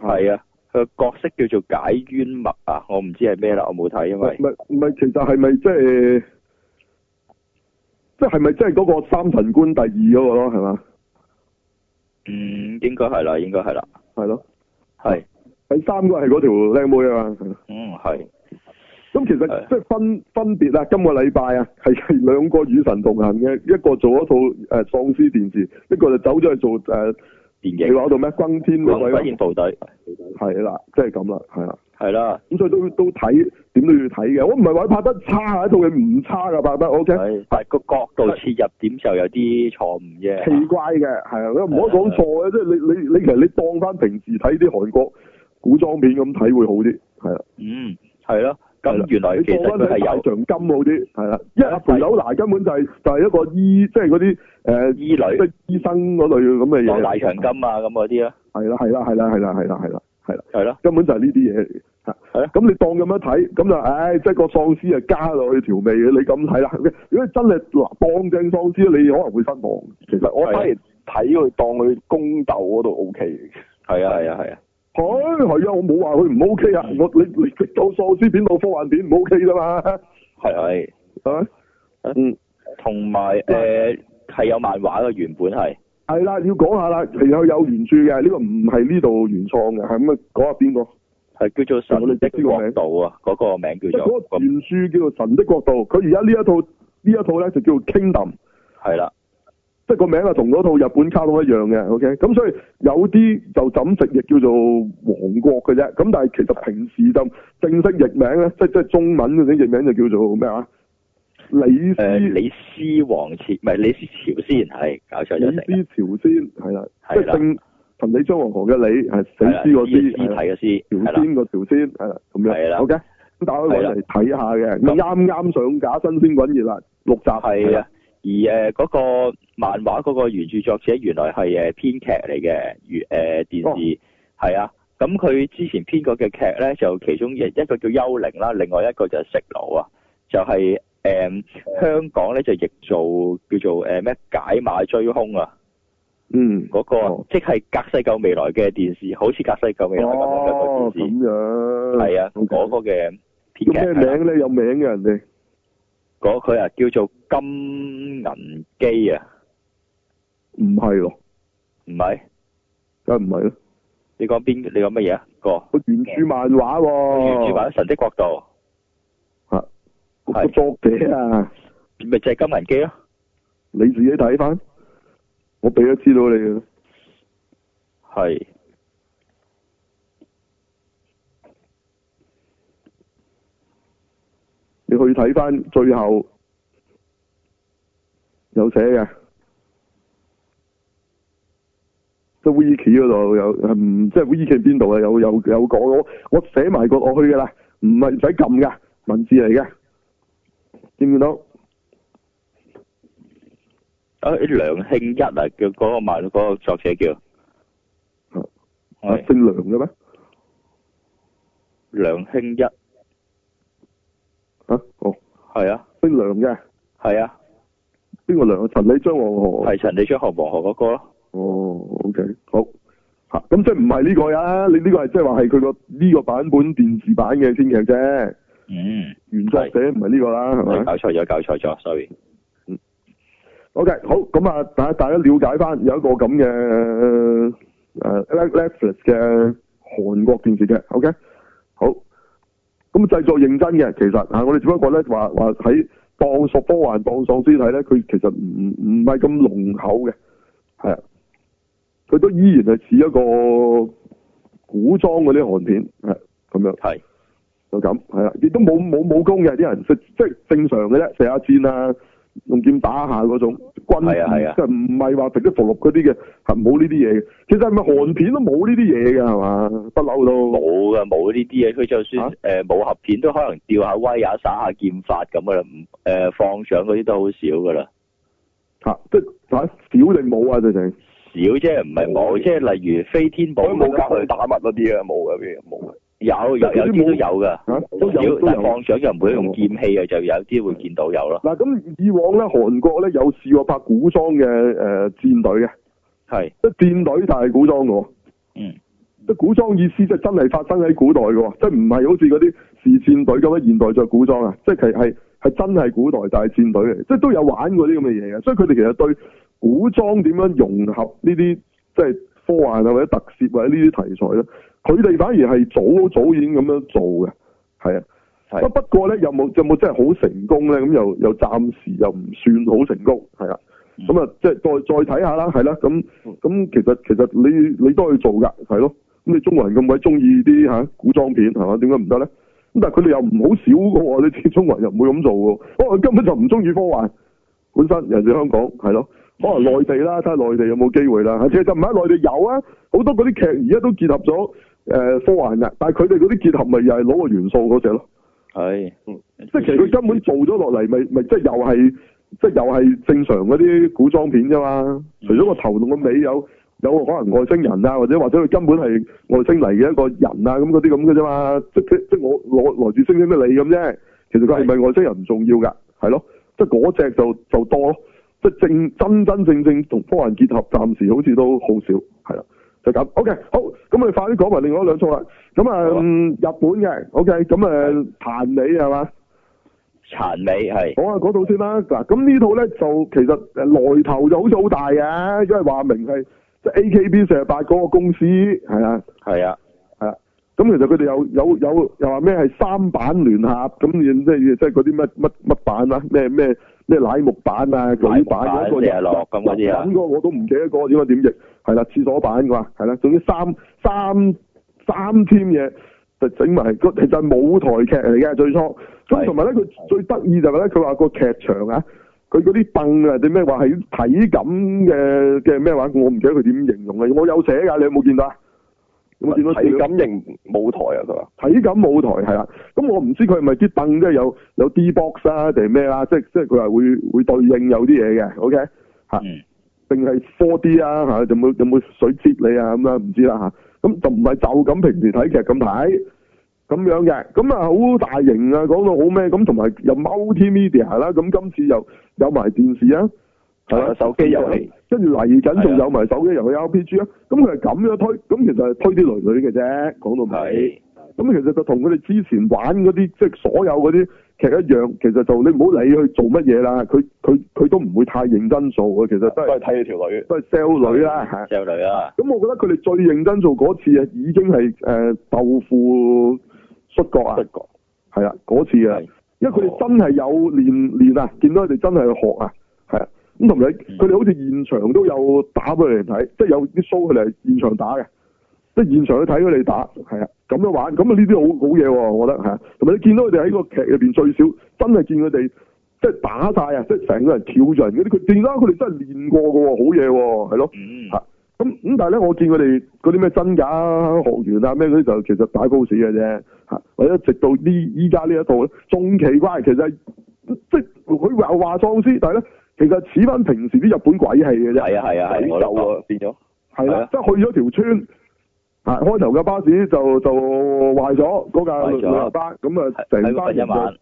Speaker 1: 嗯
Speaker 4: 係啊，佢個角色叫做解冤墨啊，我唔知係咩啦，我冇睇，因
Speaker 1: 唔
Speaker 4: 為
Speaker 1: 係唔係，其實係咪即係即係咪即係嗰個三神官第二嗰個咯？係嘛？
Speaker 4: 嗯應該係啦，應該係啦，
Speaker 1: 係咯，啊
Speaker 4: 係，
Speaker 1: 第三個係嗰條靚妹啊嘛。係咯
Speaker 4: 嗯係，
Speaker 1: 咁其實
Speaker 4: 係
Speaker 1: 即係分分別啊，今個禮拜啊，係係兩個與神同行嘅，一個做一套誒喪屍電視，一個就走咗去做誒
Speaker 4: 電
Speaker 1: 你
Speaker 4: 影《
Speaker 1: 話嗰度咩轟天嗰
Speaker 4: 狂
Speaker 1: 位
Speaker 4: 不應
Speaker 1: 咯，
Speaker 4: 部隊》
Speaker 1: 係啦，即係咁啦，係啦，
Speaker 4: 係啦，
Speaker 1: 咁所以都都睇點都要睇嘅，我唔係話佢拍得差啊，一套佢唔差噶拍得，OK，
Speaker 4: 係啊但係個角度切入點就有啲錯誤
Speaker 1: 奇
Speaker 4: 啫，
Speaker 1: 怪嘅，係啊，唔可以講錯嘅，即係你你你其實你當翻平時睇啲韓國古裝片咁睇會好啲，係啊，
Speaker 4: 嗯係
Speaker 1: 係
Speaker 4: 咯，
Speaker 1: 啦
Speaker 4: 咁原來其
Speaker 1: 你
Speaker 4: 實
Speaker 1: 過翻
Speaker 4: 佢係
Speaker 1: 睇大
Speaker 4: 有
Speaker 1: 長金好啲，係啦，因為阿
Speaker 4: 係
Speaker 1: 肥友娜根本就係、就係、一個醫，即係嗰啲誒
Speaker 4: 醫
Speaker 1: 即
Speaker 4: 女
Speaker 1: 係醫生嗰類咁嘅
Speaker 4: 當
Speaker 1: 嘢。
Speaker 4: 大長金啊咁嗰啲咯，
Speaker 1: 係啦係啦係啦係啦係啦係啦係啦，
Speaker 4: 係咯，
Speaker 1: 根本就係呢啲嘢嚟嘅。嚇
Speaker 4: 係啊
Speaker 1: 咁你當咁樣睇，咁就唉，即係個喪屍啊加落去調味嘅，你咁睇啦。如果你真係嗱當正喪屍，你可能會失望。其實我
Speaker 2: 我
Speaker 4: 係啊
Speaker 2: 反而睇佢當佢宮鬥嗰度 O K 嘅，
Speaker 4: 係啊係啊係啊，
Speaker 1: 佢係啊，我冇話佢唔 OK 啊，我你你你到喪屍片到科幻片唔 OK 啫嘛，
Speaker 4: 係係。
Speaker 1: 係咪？嗯，
Speaker 4: 同埋誒係有漫畫嘅原本係
Speaker 1: 係啦，要講下啦，其實佢有原著嘅，呢、個唔係呢度原創嘅，係咁啊，講下邊個？
Speaker 4: 係叫做
Speaker 1: 我哋
Speaker 4: 神的
Speaker 1: 知個名
Speaker 4: 國度啊，嗰個名
Speaker 1: 即係
Speaker 4: 叫
Speaker 1: 嗰個
Speaker 4: 做咁
Speaker 1: 原著叫做《神的國度》，佢而家呢一套呢一套咧就叫做 Kingdom。
Speaker 4: 係啦，
Speaker 1: 即係個名啊，同嗰套日本卡通一樣嘅，OK，咁所以有啲就枕直譯叫做王國嘅啫，咁但係其實平時就正式譯名咧，即係即係中文嗰啲譯名就叫做咩啊？李斯、
Speaker 4: 誒呃李斯王朝唔係李斯朝鮮係搞錯咗成
Speaker 1: 李斯
Speaker 4: 日，
Speaker 1: 朝鮮係啦，即
Speaker 4: 係
Speaker 1: 係
Speaker 4: 啦
Speaker 1: 正陳李張黃河嘅李係死
Speaker 4: 係啦，
Speaker 1: 屍嗰
Speaker 4: 屍
Speaker 1: 啲，
Speaker 4: 屍體
Speaker 1: 係啦
Speaker 4: 嘅屍
Speaker 1: 朝
Speaker 4: 係啦，
Speaker 1: 鮮個朝鮮係啦，咁
Speaker 4: 係
Speaker 1: 樣
Speaker 4: 啦
Speaker 1: OK，咁大家可以揾嚟睇下嘅，咁
Speaker 4: 咁
Speaker 1: 啱啱上架新鮮滾熱辣六集
Speaker 4: 係啊。而誒嗰個漫畫嗰個原著作者原來係誒呃編劇嚟嘅，原誒電
Speaker 1: 哦
Speaker 4: 視係啊。咁佢之前編過嘅劇咧，就其中一一個叫《幽靈》啦，另外一個就係《食奴》啊，就係、誒、香港咧就譯做叫做誒咩解碼追兇啊，
Speaker 1: 嗯，
Speaker 4: 嗰、個、
Speaker 1: 哦
Speaker 4: 即係隔世救未來嘅電視，好似隔世救未來咁樣嘅
Speaker 1: 哦咁
Speaker 4: 個電視，
Speaker 1: 樣嗯
Speaker 4: 係啊，
Speaker 1: OK
Speaker 4: 嗰個嘅編劇
Speaker 1: 咁咩
Speaker 4: 係啦
Speaker 1: 名咧？有名嘅人哋
Speaker 4: 嗰佢啊叫做金銀機啊，
Speaker 1: 唔係咯，
Speaker 4: 唔係
Speaker 1: 梗係唔係咯。
Speaker 4: 你講邊你講乜嘢啊？個
Speaker 1: 個原著漫畫喎，
Speaker 4: 哦原著版《神的國度
Speaker 1: 嚇個
Speaker 4: 係
Speaker 1: 作者啊，》
Speaker 4: 咪就係金銀機咯，
Speaker 1: 你自己睇翻，我俾咗資料你啊嘅。
Speaker 4: 係
Speaker 1: 你去睇翻最後有寫嘅，即係 wiki 嗰度有，嗯，即係 wiki 邊度啊？有有有講我我寫埋個落去㗎啦，唔係唔使撳㗎，文字嚟嘅，見唔見到？
Speaker 4: 啊梁慶一啊，叫嗰個漫嗰、個作者叫
Speaker 1: 嗯啊
Speaker 4: 係
Speaker 1: 姓梁嘅咩？
Speaker 4: 梁慶一，
Speaker 1: 啊，哦，
Speaker 4: 係啊
Speaker 1: 姓梁嘅，
Speaker 4: 係啊，
Speaker 1: 邊個梁啊？陳李張黃河。
Speaker 4: 係陳李張學黃河嗰個咯，
Speaker 1: 哦，OK，好。吓，咁即係唔係呢個呀？你呢個係即係話係佢個呢個版本電視版嘅編劇啫，
Speaker 4: 嗯，
Speaker 1: 原作者唔係呢個啦，係咪
Speaker 4: 搞錯咗，搞錯咗，sorry，
Speaker 1: ？OK，好，咁啊，大大家了解翻有一個咁嘅誒 Netflix 嘅韓國電視劇，OK，好。咁製作認真嘅，其實啊，我哋只不過咧話話喺當屬科幻、當喪屍睇咧，佢其實唔唔唔係咁濃厚嘅，係啊，佢都依然係似一個古裝嗰啲韓片，係啊咁樣。
Speaker 4: 係
Speaker 1: 就咁，係啦，亦都冇冇武功嘅啲人，即即係正常嘅啫，射下箭啊，用劍打下嗰種軍事，
Speaker 4: 係啊係啊
Speaker 1: 即係唔係話敵敵伏陸嗰啲嘅，係冇呢啲嘢嘅。其實係咪韓片都冇呢啲嘢嘅係嘛？不嬲
Speaker 4: 冇
Speaker 1: 都
Speaker 4: 噶，冇呢啲嘢，佢就算
Speaker 1: 嚇
Speaker 4: 誒、武俠片都可能吊下威也耍下劍法咁噶啦，唔誒、呃放上嗰啲都好少噶啦，
Speaker 1: 嚇，即係嚇少定冇啊？直情
Speaker 4: 少啫，唔係冇，即係例如飛天寶
Speaker 2: 佢冇
Speaker 4: 咁樣
Speaker 2: 隔
Speaker 4: 佢
Speaker 2: 空打乜嗰啲啊，冇嘅邊冇嘅。
Speaker 4: 有有有
Speaker 1: 有啲
Speaker 4: 啲都
Speaker 1: 冇
Speaker 4: 有噶，
Speaker 1: 嚇都有
Speaker 4: 有
Speaker 1: 都
Speaker 4: 但
Speaker 1: 有
Speaker 4: 係。放上又唔會用劍氣啊，就有啲會見到有咯。
Speaker 1: 嗱咁以往咧，韓國咧有試過拍古裝嘅誒、呃、戰隊嘅，
Speaker 4: 係，
Speaker 1: 即係戰隊但係古裝嘅喎。
Speaker 4: 嗯，
Speaker 1: 即係古裝意思，即係真係發生喺古代嘅喎，即係唔係好似嗰啲視戰隊咁樣現代着古裝啊，即係其係係真係古代但係戰隊嚟，即係都有玩過啲咁嘅嘢嘅，所以佢哋其實對古裝點樣融合呢啲即係科幻啊或者特攝或者呢啲題材咧，佢哋反而係早早已經咁樣做嘅，係啊。
Speaker 4: 係
Speaker 1: 不不過咧，有冇有冇真係好成功咧？咁又又暫時又唔算好成功，係啦。
Speaker 4: 嗯
Speaker 1: 咁啊，即係再再睇下啦，係啦。咁咁其實其實你你都去做㗎，係咯。咁你中國人咁鬼中意啲嚇古裝片係嘛？點解唔得咧？咁但係佢哋又唔好少嘅喎，你知中國人又唔會咁做嘅喎。可能根本就唔中意科幻，本身人哋香港係咯。可能內地啦，睇下內地有冇機會啦。啊其實就唔係內地有啊，好多嗰啲劇而家都結合咗誒、科幻㗎，但係佢哋嗰啲結合咪又係攞個元素嗰只咯。
Speaker 4: 係，
Speaker 2: 嗯
Speaker 1: 即係其實佢根本做咗落嚟，咪咪即係又係即係又係正常嗰啲古裝片啫嘛。除咗個頭同個尾有有可能外星人啊，或者或者佢根本係外星嚟嘅一個人啊，咁嗰啲咁嘅啫嘛。即即即我我來自星星的你咁啫。其實佢係咪外星人唔重要㗎，係咯。即係嗰只就就多咯。即係正真真正正同科幻結合，暫時好似都好少，係啦。就咁，OK，好，咁我哋快啲講埋另外一兩套啦。咁啊，
Speaker 4: 好啊
Speaker 1: 嗯日本嘅，OK，咁啊，彈你係嘛？
Speaker 4: 殘尾係，
Speaker 1: 講下啊嗰套先啦。嗱，咁呢套咧就其實呃誒來頭就好似好大嘅，因為話明係即係 AKB 四十八嗰個公司係啊
Speaker 4: 係啊，
Speaker 1: 係啊。咁其實佢哋有有有又話咩係三板聯合，咁即係即係嗰啲乜乜乜板啊，咩咩咩乃木板啊、舉板
Speaker 4: 乃木板
Speaker 1: 嗰個
Speaker 4: 四十六咁嗰啲啊
Speaker 1: 日文嗰個我都唔記得嗰個點樣點譯，係啦，廁所板啩，係啦，總之三三三添嘢。就整埋個其實係舞台劇嚟嘅最初，咁
Speaker 4: 係
Speaker 1: 同埋咧佢最得意就係咧佢話個劇場啊，佢嗰啲凳啊定咩話係體感嘅嘅咩話，我唔記得佢點形容啦，我有寫㗎，你有冇見到啊？有冇見到
Speaker 4: 啊
Speaker 1: 資
Speaker 2: 睇
Speaker 1: 料
Speaker 2: 感型舞台啊，佢話
Speaker 1: 體感舞台係啦，咁我唔知佢係咪啲凳即係有有 D box 啊定係咩啦，即係即係佢話會會對應有啲嘢嘅，OK 嚇。
Speaker 4: 嗯，
Speaker 1: 定係 4D 啊嚇，有冇有冇水擠你啊咁啦，唔知啦嚇。咁就唔係就咁平時睇劇咁睇咁樣嘅，咁啊好大型啊，講到好咩咁，同埋又 multimedia 啦，咁今次又有埋電視啊，
Speaker 2: 係啊手機遊戲，
Speaker 1: 跟住嚟緊仲
Speaker 4: 係啊
Speaker 1: 有埋手機遊戲 RPG 啊，咁佢係咁樣推，咁其實係推啲女女嘅啫，講到尾。
Speaker 4: 係，
Speaker 1: 咁其實就同佢哋之前玩嗰啲即係所有嗰啲劇一樣，其實就你唔好理佢做乜嘢啦，佢佢佢都唔會太認真做嘅，其實都
Speaker 2: 都係
Speaker 1: 係
Speaker 2: 睇佢條女。
Speaker 1: 都係 sell 女啦嚇。
Speaker 4: 少女啊，
Speaker 1: 咁我覺得佢哋最認真做嗰次啊，已經係誒、呃豆腐摔角啊
Speaker 2: 不，過
Speaker 1: 係啦嗰次啊
Speaker 4: 係，
Speaker 1: 因為佢哋真係有練練啊，見到佢哋真係學啊，係啊，咁同埋
Speaker 4: 嗯
Speaker 1: 佢哋好似現場都有打俾佢哋睇，即係有啲 show 佢哋係現場打嘅，即係現場去睇佢哋打，係啊，咁樣玩，咁啊呢啲好好嘢喎，我覺得係啊，同埋你見到佢哋喺個劇入邊最少真係見佢哋。即係打晒啊！即係成個人翹住人嗰啲，佢見到佢哋真係練過嘅喎，好嘢喎，係咯。
Speaker 4: 嗯，
Speaker 1: 嚇咁咁，但係咧，我見佢哋嗰啲咩真假學員啊，咩嗰啲就其實打 pose 嘅啫，嚇，或者直到呢依家呢一套咧，仲奇怪，其實係即係佢話話喪屍，但係咧，其實似翻平時啲日本鬼戲嘅啫，
Speaker 4: 係啊係啊係，我都
Speaker 2: 就
Speaker 4: 覺
Speaker 2: 啊變
Speaker 1: 係
Speaker 2: 咗，
Speaker 4: 係
Speaker 1: 啦
Speaker 4: 啊，
Speaker 1: 即係去咗條村，嚇，開頭嘅巴士就就壞咗嗰架
Speaker 4: 壞
Speaker 1: 旅
Speaker 4: 咗
Speaker 1: 遊巴，咁啊成
Speaker 4: 喺
Speaker 1: 班
Speaker 4: 嗰瞓一
Speaker 1: 人就
Speaker 4: 晚，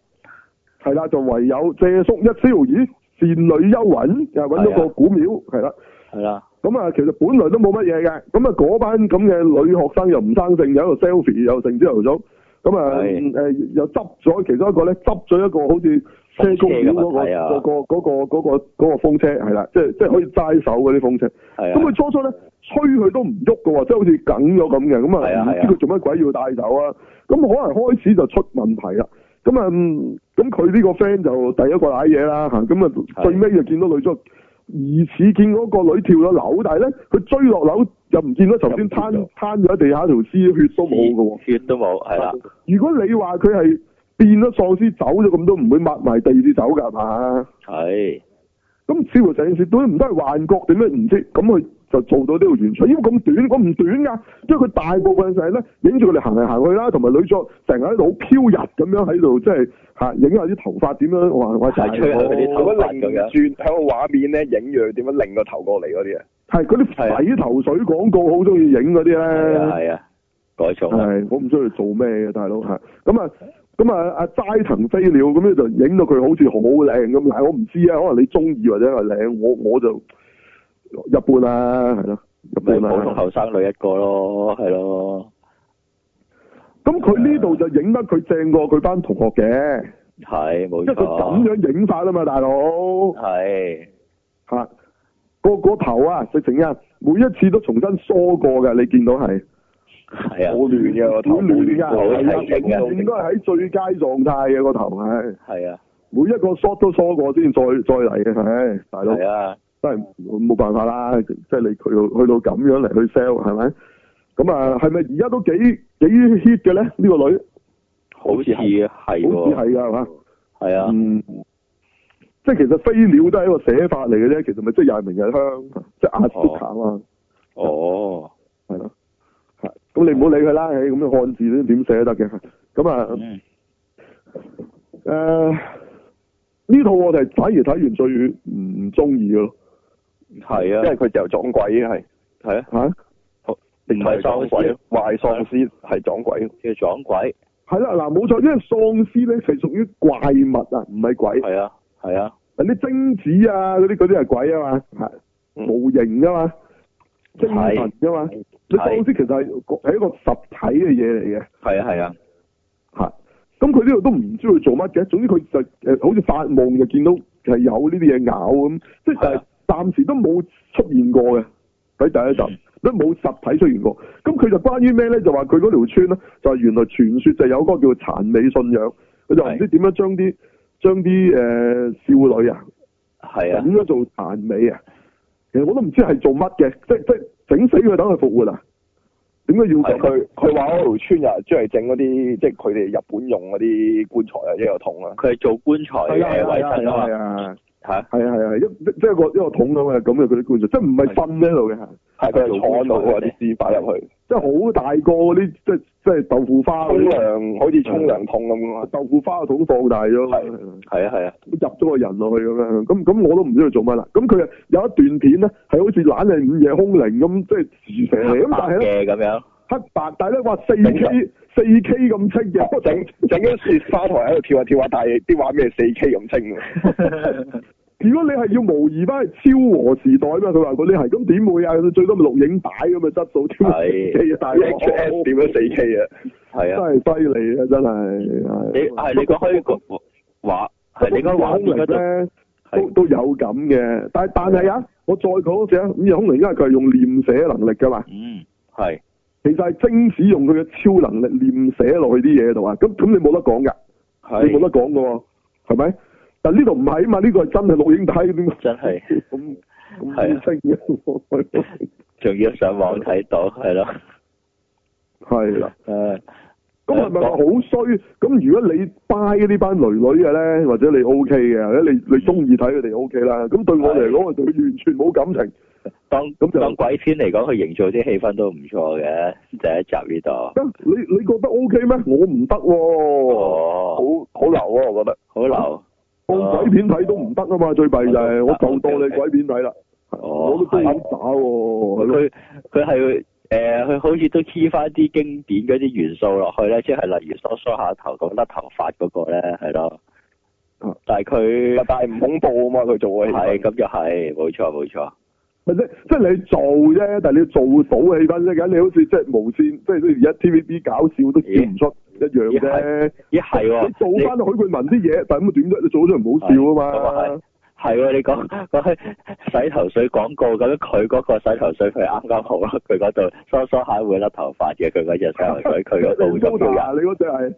Speaker 1: 係啦，就唯有借宿一宵，咦，倩女幽魂又揾咗
Speaker 4: 係
Speaker 1: 個
Speaker 4: 啊
Speaker 1: 古廟，係啦。
Speaker 4: 係啦，
Speaker 1: 咁啊，其實本來都冇乜嘢嘅，咁啊嗰班咁嘅女學生又唔生性，又喺度 selfie，又成朝頭早，咁啊
Speaker 4: 係
Speaker 1: 誒又執咗其中一個咧，執咗一個好似車公廟嗰、
Speaker 4: 風車嘅物體啊
Speaker 1: 個嗰、個嗰、個嗰、個嗰、個風車係啦，即係即係可以齋手嗰啲風車。
Speaker 4: 係
Speaker 1: 咁佢
Speaker 4: 啊，
Speaker 1: 初初咧吹佢都唔喐嘅喎，即係好似梗咗咁嘅，咁
Speaker 4: 係啊
Speaker 1: 啊唔
Speaker 4: 係啊
Speaker 1: 知佢做乜鬼要帶走啊？咁可能開始就出問題啦。咁啊，嗯咁佢呢個 friend 就第一個瀨嘢啦嚇，咁啊
Speaker 4: 係
Speaker 1: 最尾就見到女咗，疑似見嗰個女跳咗樓，但係咧佢追落樓又唔見到頭先
Speaker 2: 又
Speaker 1: 攤
Speaker 2: 唔
Speaker 1: 攤咗喺地下條屍，血都冇嘅喎。
Speaker 4: 血都冇，係啦，
Speaker 1: 如果你話佢係變咗喪屍走咗咁都唔會抹埋地至走㗎係嘛？
Speaker 4: 係，
Speaker 1: 咁似乎成件事都唔都係幻覺點樣唔知，咁佢就做到呢個完場。因為咁短，我唔短㗎，因為佢大部分就係咧影住佢哋行嚟行去啦，同埋女作成日喺度好飄逸咁樣喺度，即係嚇影下啲頭髮點樣，話話
Speaker 4: 係吹下佢啲
Speaker 2: 哦佢
Speaker 4: 頭
Speaker 2: 乜
Speaker 4: 髮咁
Speaker 2: 擰
Speaker 4: 樣，
Speaker 2: 轉喺個畫面咧，影住佢點樣擰個頭過嚟嗰啲啊，
Speaker 1: 係嗰啲洗頭水廣告好中意影嗰啲
Speaker 4: 係啊
Speaker 1: 咧。
Speaker 4: 係啊，改造啊，
Speaker 1: 係，我唔知佢做咩嘅，大佬嚇。咁啊，咁啊，阿齋藤飛鳥咁咧就影到佢好似好靚咁，但係我唔知啊，可能你中意或者係靚，我我就一般啦，係咯，一
Speaker 4: 咪
Speaker 1: 般
Speaker 4: 普通
Speaker 1: 啦。
Speaker 4: 後生女一個咯，係咯，
Speaker 1: 咁佢呢度就影得佢正過佢班同學嘅，
Speaker 4: 係冇
Speaker 1: 因為佢咁
Speaker 4: 錯，
Speaker 1: 樣影法啊嘛，大佬
Speaker 4: 係，
Speaker 1: 嚇。個個頭啊，直情啊，每一次都重新梳過嘅，你見到係
Speaker 4: 係
Speaker 2: 好
Speaker 4: 啊，
Speaker 2: 亂嘅個頭，
Speaker 1: 好亂㗎，
Speaker 4: 好
Speaker 1: 係啊，
Speaker 4: 睇型㗎
Speaker 1: 應該喺最佳狀態嘅個頭係。
Speaker 4: 係啊，
Speaker 1: 每一個 shot 都 shot 過先，再再嚟嘅，唉，大佬
Speaker 4: 係啊，
Speaker 1: 真係冇辦法啦，即係你去到去到咁樣嚟去 sell 係咪？咁啊，係咪而家都幾幾 hit 嘅咧？呢、個女
Speaker 4: 好似係
Speaker 1: 好似
Speaker 4: 喎，
Speaker 1: 係㗎係嘛？
Speaker 4: 係啊，
Speaker 1: 嗯，即係其實飛鳥都係一個寫法嚟嘅啫，其實咪即係又係明日香，即係阿斯卡啊，
Speaker 4: 哦，
Speaker 1: 係咯。係咁你唔好理佢啦，唉咁樣漢字都點寫都得嘅。咁啊，
Speaker 4: 嗯，
Speaker 1: 誒呢套我哋反而睇完最唔中意嘅咯，
Speaker 4: 係
Speaker 2: 因
Speaker 4: 啊
Speaker 2: 為，佢就撞鬼係，
Speaker 4: 係啊，
Speaker 1: 嚇、
Speaker 2: 定係撞鬼
Speaker 4: 唔
Speaker 2: 壞
Speaker 4: 係喪屍，
Speaker 2: 喪屍係撞鬼，
Speaker 4: 叫撞鬼，
Speaker 1: 係啦，嗱冇錯，因為喪屍咧係屬於怪物啊，唔係鬼。
Speaker 4: 係啊，係啊，
Speaker 1: 嗱啲精子啊嗰啲嗰啲係鬼啊嘛，係
Speaker 2: 嗯
Speaker 1: 無形噶啊嘛，精神噶嘛。你喪屍其實係係一個實體嘅嘢嚟嘅，
Speaker 4: 係啊，係啊，
Speaker 1: 嚇。咁佢呢度都唔知佢做乜嘅，總之佢就誒好似發夢就見到係有呢啲嘢咬咁，即係但
Speaker 4: 係
Speaker 1: 係
Speaker 4: 啊
Speaker 1: 暫時都冇出現過嘅喺第一集。都冇實體出現過，咁佢就關於咩咧？就話佢嗰條村咧，就係原來傳說就有嗰個叫殘美信仰，佢就唔知點樣將啲將啲誒少女啊
Speaker 4: 係啊
Speaker 1: 整，咗做殘美啊！其實我都唔知係做乜嘅，即即整死佢等佢復活啊！點解要
Speaker 4: 係
Speaker 1: 咁？
Speaker 2: 佢佢話嗰條村有人專係整嗰啲，即係佢哋日本用嗰啲棺材啊，一個桶啊，
Speaker 4: 佢係做棺材
Speaker 1: 係
Speaker 4: 嘅
Speaker 1: 啊係
Speaker 4: 衞
Speaker 1: 啊
Speaker 4: 生啊
Speaker 1: 係
Speaker 4: 嘛，
Speaker 1: 啊
Speaker 4: 係啊，
Speaker 1: 係啊係啊，一即即一個一個桶咁嘅咁嘅嗰啲棺材，即唔係瞓喺度嘅，
Speaker 2: 係佢係坐喺度
Speaker 4: 做棺
Speaker 2: 嗰
Speaker 4: 材
Speaker 2: 啲屍擺入去，
Speaker 1: 即好大個嗰啲即即豆腐花嗰
Speaker 2: 沖
Speaker 1: 啲
Speaker 2: 涼好似沖涼桶咁啊，
Speaker 1: 豆腐花個桶放大咗。
Speaker 2: 係
Speaker 4: 係啊，係啊，
Speaker 1: 入咗個人落去咁樣，咁咁我都唔知佢做乜啦。咁佢有一段片咧，係好似懶係午夜空靈咁，即係蛇嚟咁，但係咧
Speaker 4: 嘅咁樣，
Speaker 1: 黑白，但係咧哇四 K 四 K 咁清嘅，
Speaker 2: 整整咗雪花台喺度跳下跳下，但係啲畫面係四 K 咁清啊
Speaker 1: 如果你係要模擬翻超和時代嘛，佢話嗰啲係，咁點會啊？最多咪錄影帶咁嘅質素，超四 K 啊！大佬，
Speaker 2: ，HS 點樣四 K 啊？
Speaker 4: 係
Speaker 1: 真
Speaker 4: 啊，
Speaker 1: 係犀利啊！真係
Speaker 4: 你係你講開個畫，係你講畫
Speaker 1: 空
Speaker 4: 面
Speaker 1: 靈
Speaker 4: 嗰度，
Speaker 1: 咧。都
Speaker 4: 係
Speaker 1: 都有咁嘅，但係但係啊，我再講一次啊，五夜空靈因為佢係用念寫能力㗎嘛，
Speaker 4: 嗯，係
Speaker 1: 其實係精子用佢嘅超能力念寫落去啲嘢度啊，咁咁你冇得講㗎，你冇
Speaker 4: 係
Speaker 1: 得講㗎喎，係咪？但呢度唔係啊嘛，呢、個係真係錄影帶點解
Speaker 4: 真係，
Speaker 1: 咁
Speaker 4: 係啊
Speaker 1: 咁清 嘅？
Speaker 4: 仲要上網睇到，係咯，
Speaker 1: 係啦，
Speaker 4: 誒，
Speaker 1: 咁係咪話
Speaker 4: 啊講
Speaker 1: 好衰？咁如果你 buy 呢班女女嘅咧，或者你 OK 嘅，或者你你中意睇佢哋 OK 啦，咁對我嚟講，我對佢完全冇感情。
Speaker 4: 當
Speaker 1: 咁就
Speaker 4: 當鬼片嚟講，佢營造啲氣氛都唔錯嘅，第一集呢度。
Speaker 1: 啊你你覺得 OK 咩？我唔得喎，
Speaker 2: 好
Speaker 4: 哦，
Speaker 2: 好流啊，我覺得。
Speaker 4: 好流，
Speaker 1: 我鬼片睇都唔得啊嘛，最弊就係我就當你鬼片睇啦，我
Speaker 4: 哦
Speaker 1: 都，中意打
Speaker 4: 係
Speaker 1: 喎，係
Speaker 4: 哦
Speaker 1: 咯。
Speaker 4: 佢佢係誒，佢好似都 key 翻啲經典嗰啲元素落去咧，即係例如梳梳下頭咁甩頭髮嗰個咧，係咯
Speaker 1: 啊。
Speaker 4: 但係佢
Speaker 2: 但係唔恐怖啊嘛，佢做嘅戲
Speaker 4: 係
Speaker 2: 份
Speaker 4: 咁就係冇錯冇錯，
Speaker 1: 咪即即係你做啫，但係你要做到氣氛啫。咁你好似即係無線，即係而家 TVB 搞笑都笑唔出一樣啫。
Speaker 4: 咦係喎，
Speaker 1: 你做翻許冠文啲嘢，但係咁啊點啫？你做咗唔好
Speaker 4: 係咁啊
Speaker 1: 笑啊嘛。
Speaker 4: 係喎，你講講 洗頭水廣告咁，佢嗰個洗頭水佢啱啱好咯，佢嗰度梳梳下會甩頭髮嘅，佢嗰隻洗頭水佢嗰個會咁到人，
Speaker 1: 你啊嗰只係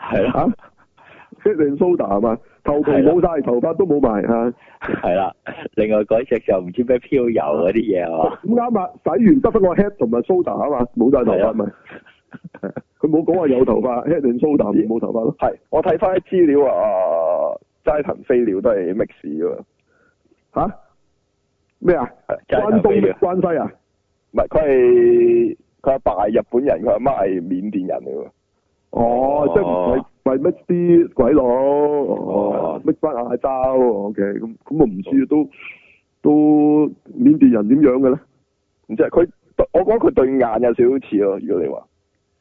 Speaker 4: 係啦
Speaker 1: 嚇 h i t and Soda 係嘛？頭皮
Speaker 4: 係啦
Speaker 1: 冇晒，頭髮都冇埋啊嚇。
Speaker 4: 係啦，另外嗰隻就唔知咩飄柔嗰啲嘢係嘛，
Speaker 1: 咁啱啊！洗完得翻個 head 同埋 Soda 啊嘛，冇晒頭髮咪。佢冇講話有頭髮，head and Soda 咪冇頭髮咯。
Speaker 2: 係我睇翻啲資料啊，齋藤飛鳥都係 mix 㗎嘛，
Speaker 1: 嚇咩啊？
Speaker 4: 真係
Speaker 1: 關
Speaker 4: 頭
Speaker 1: 東
Speaker 4: 飛
Speaker 1: 定
Speaker 4: 嘅，
Speaker 1: 關西啊？
Speaker 2: 唔係佢係佢阿爸係日本人，佢阿媽係緬甸人嚟㗎。
Speaker 1: 哦，即係唔係為乜啲鬼佬？哦
Speaker 4: 哦，
Speaker 1: 乜翻亞洲？OK，咁咁我唔知都都緬甸人點樣嘅咧？
Speaker 2: 唔知係啊佢，我覺得佢對眼有少少似咯。如果你話，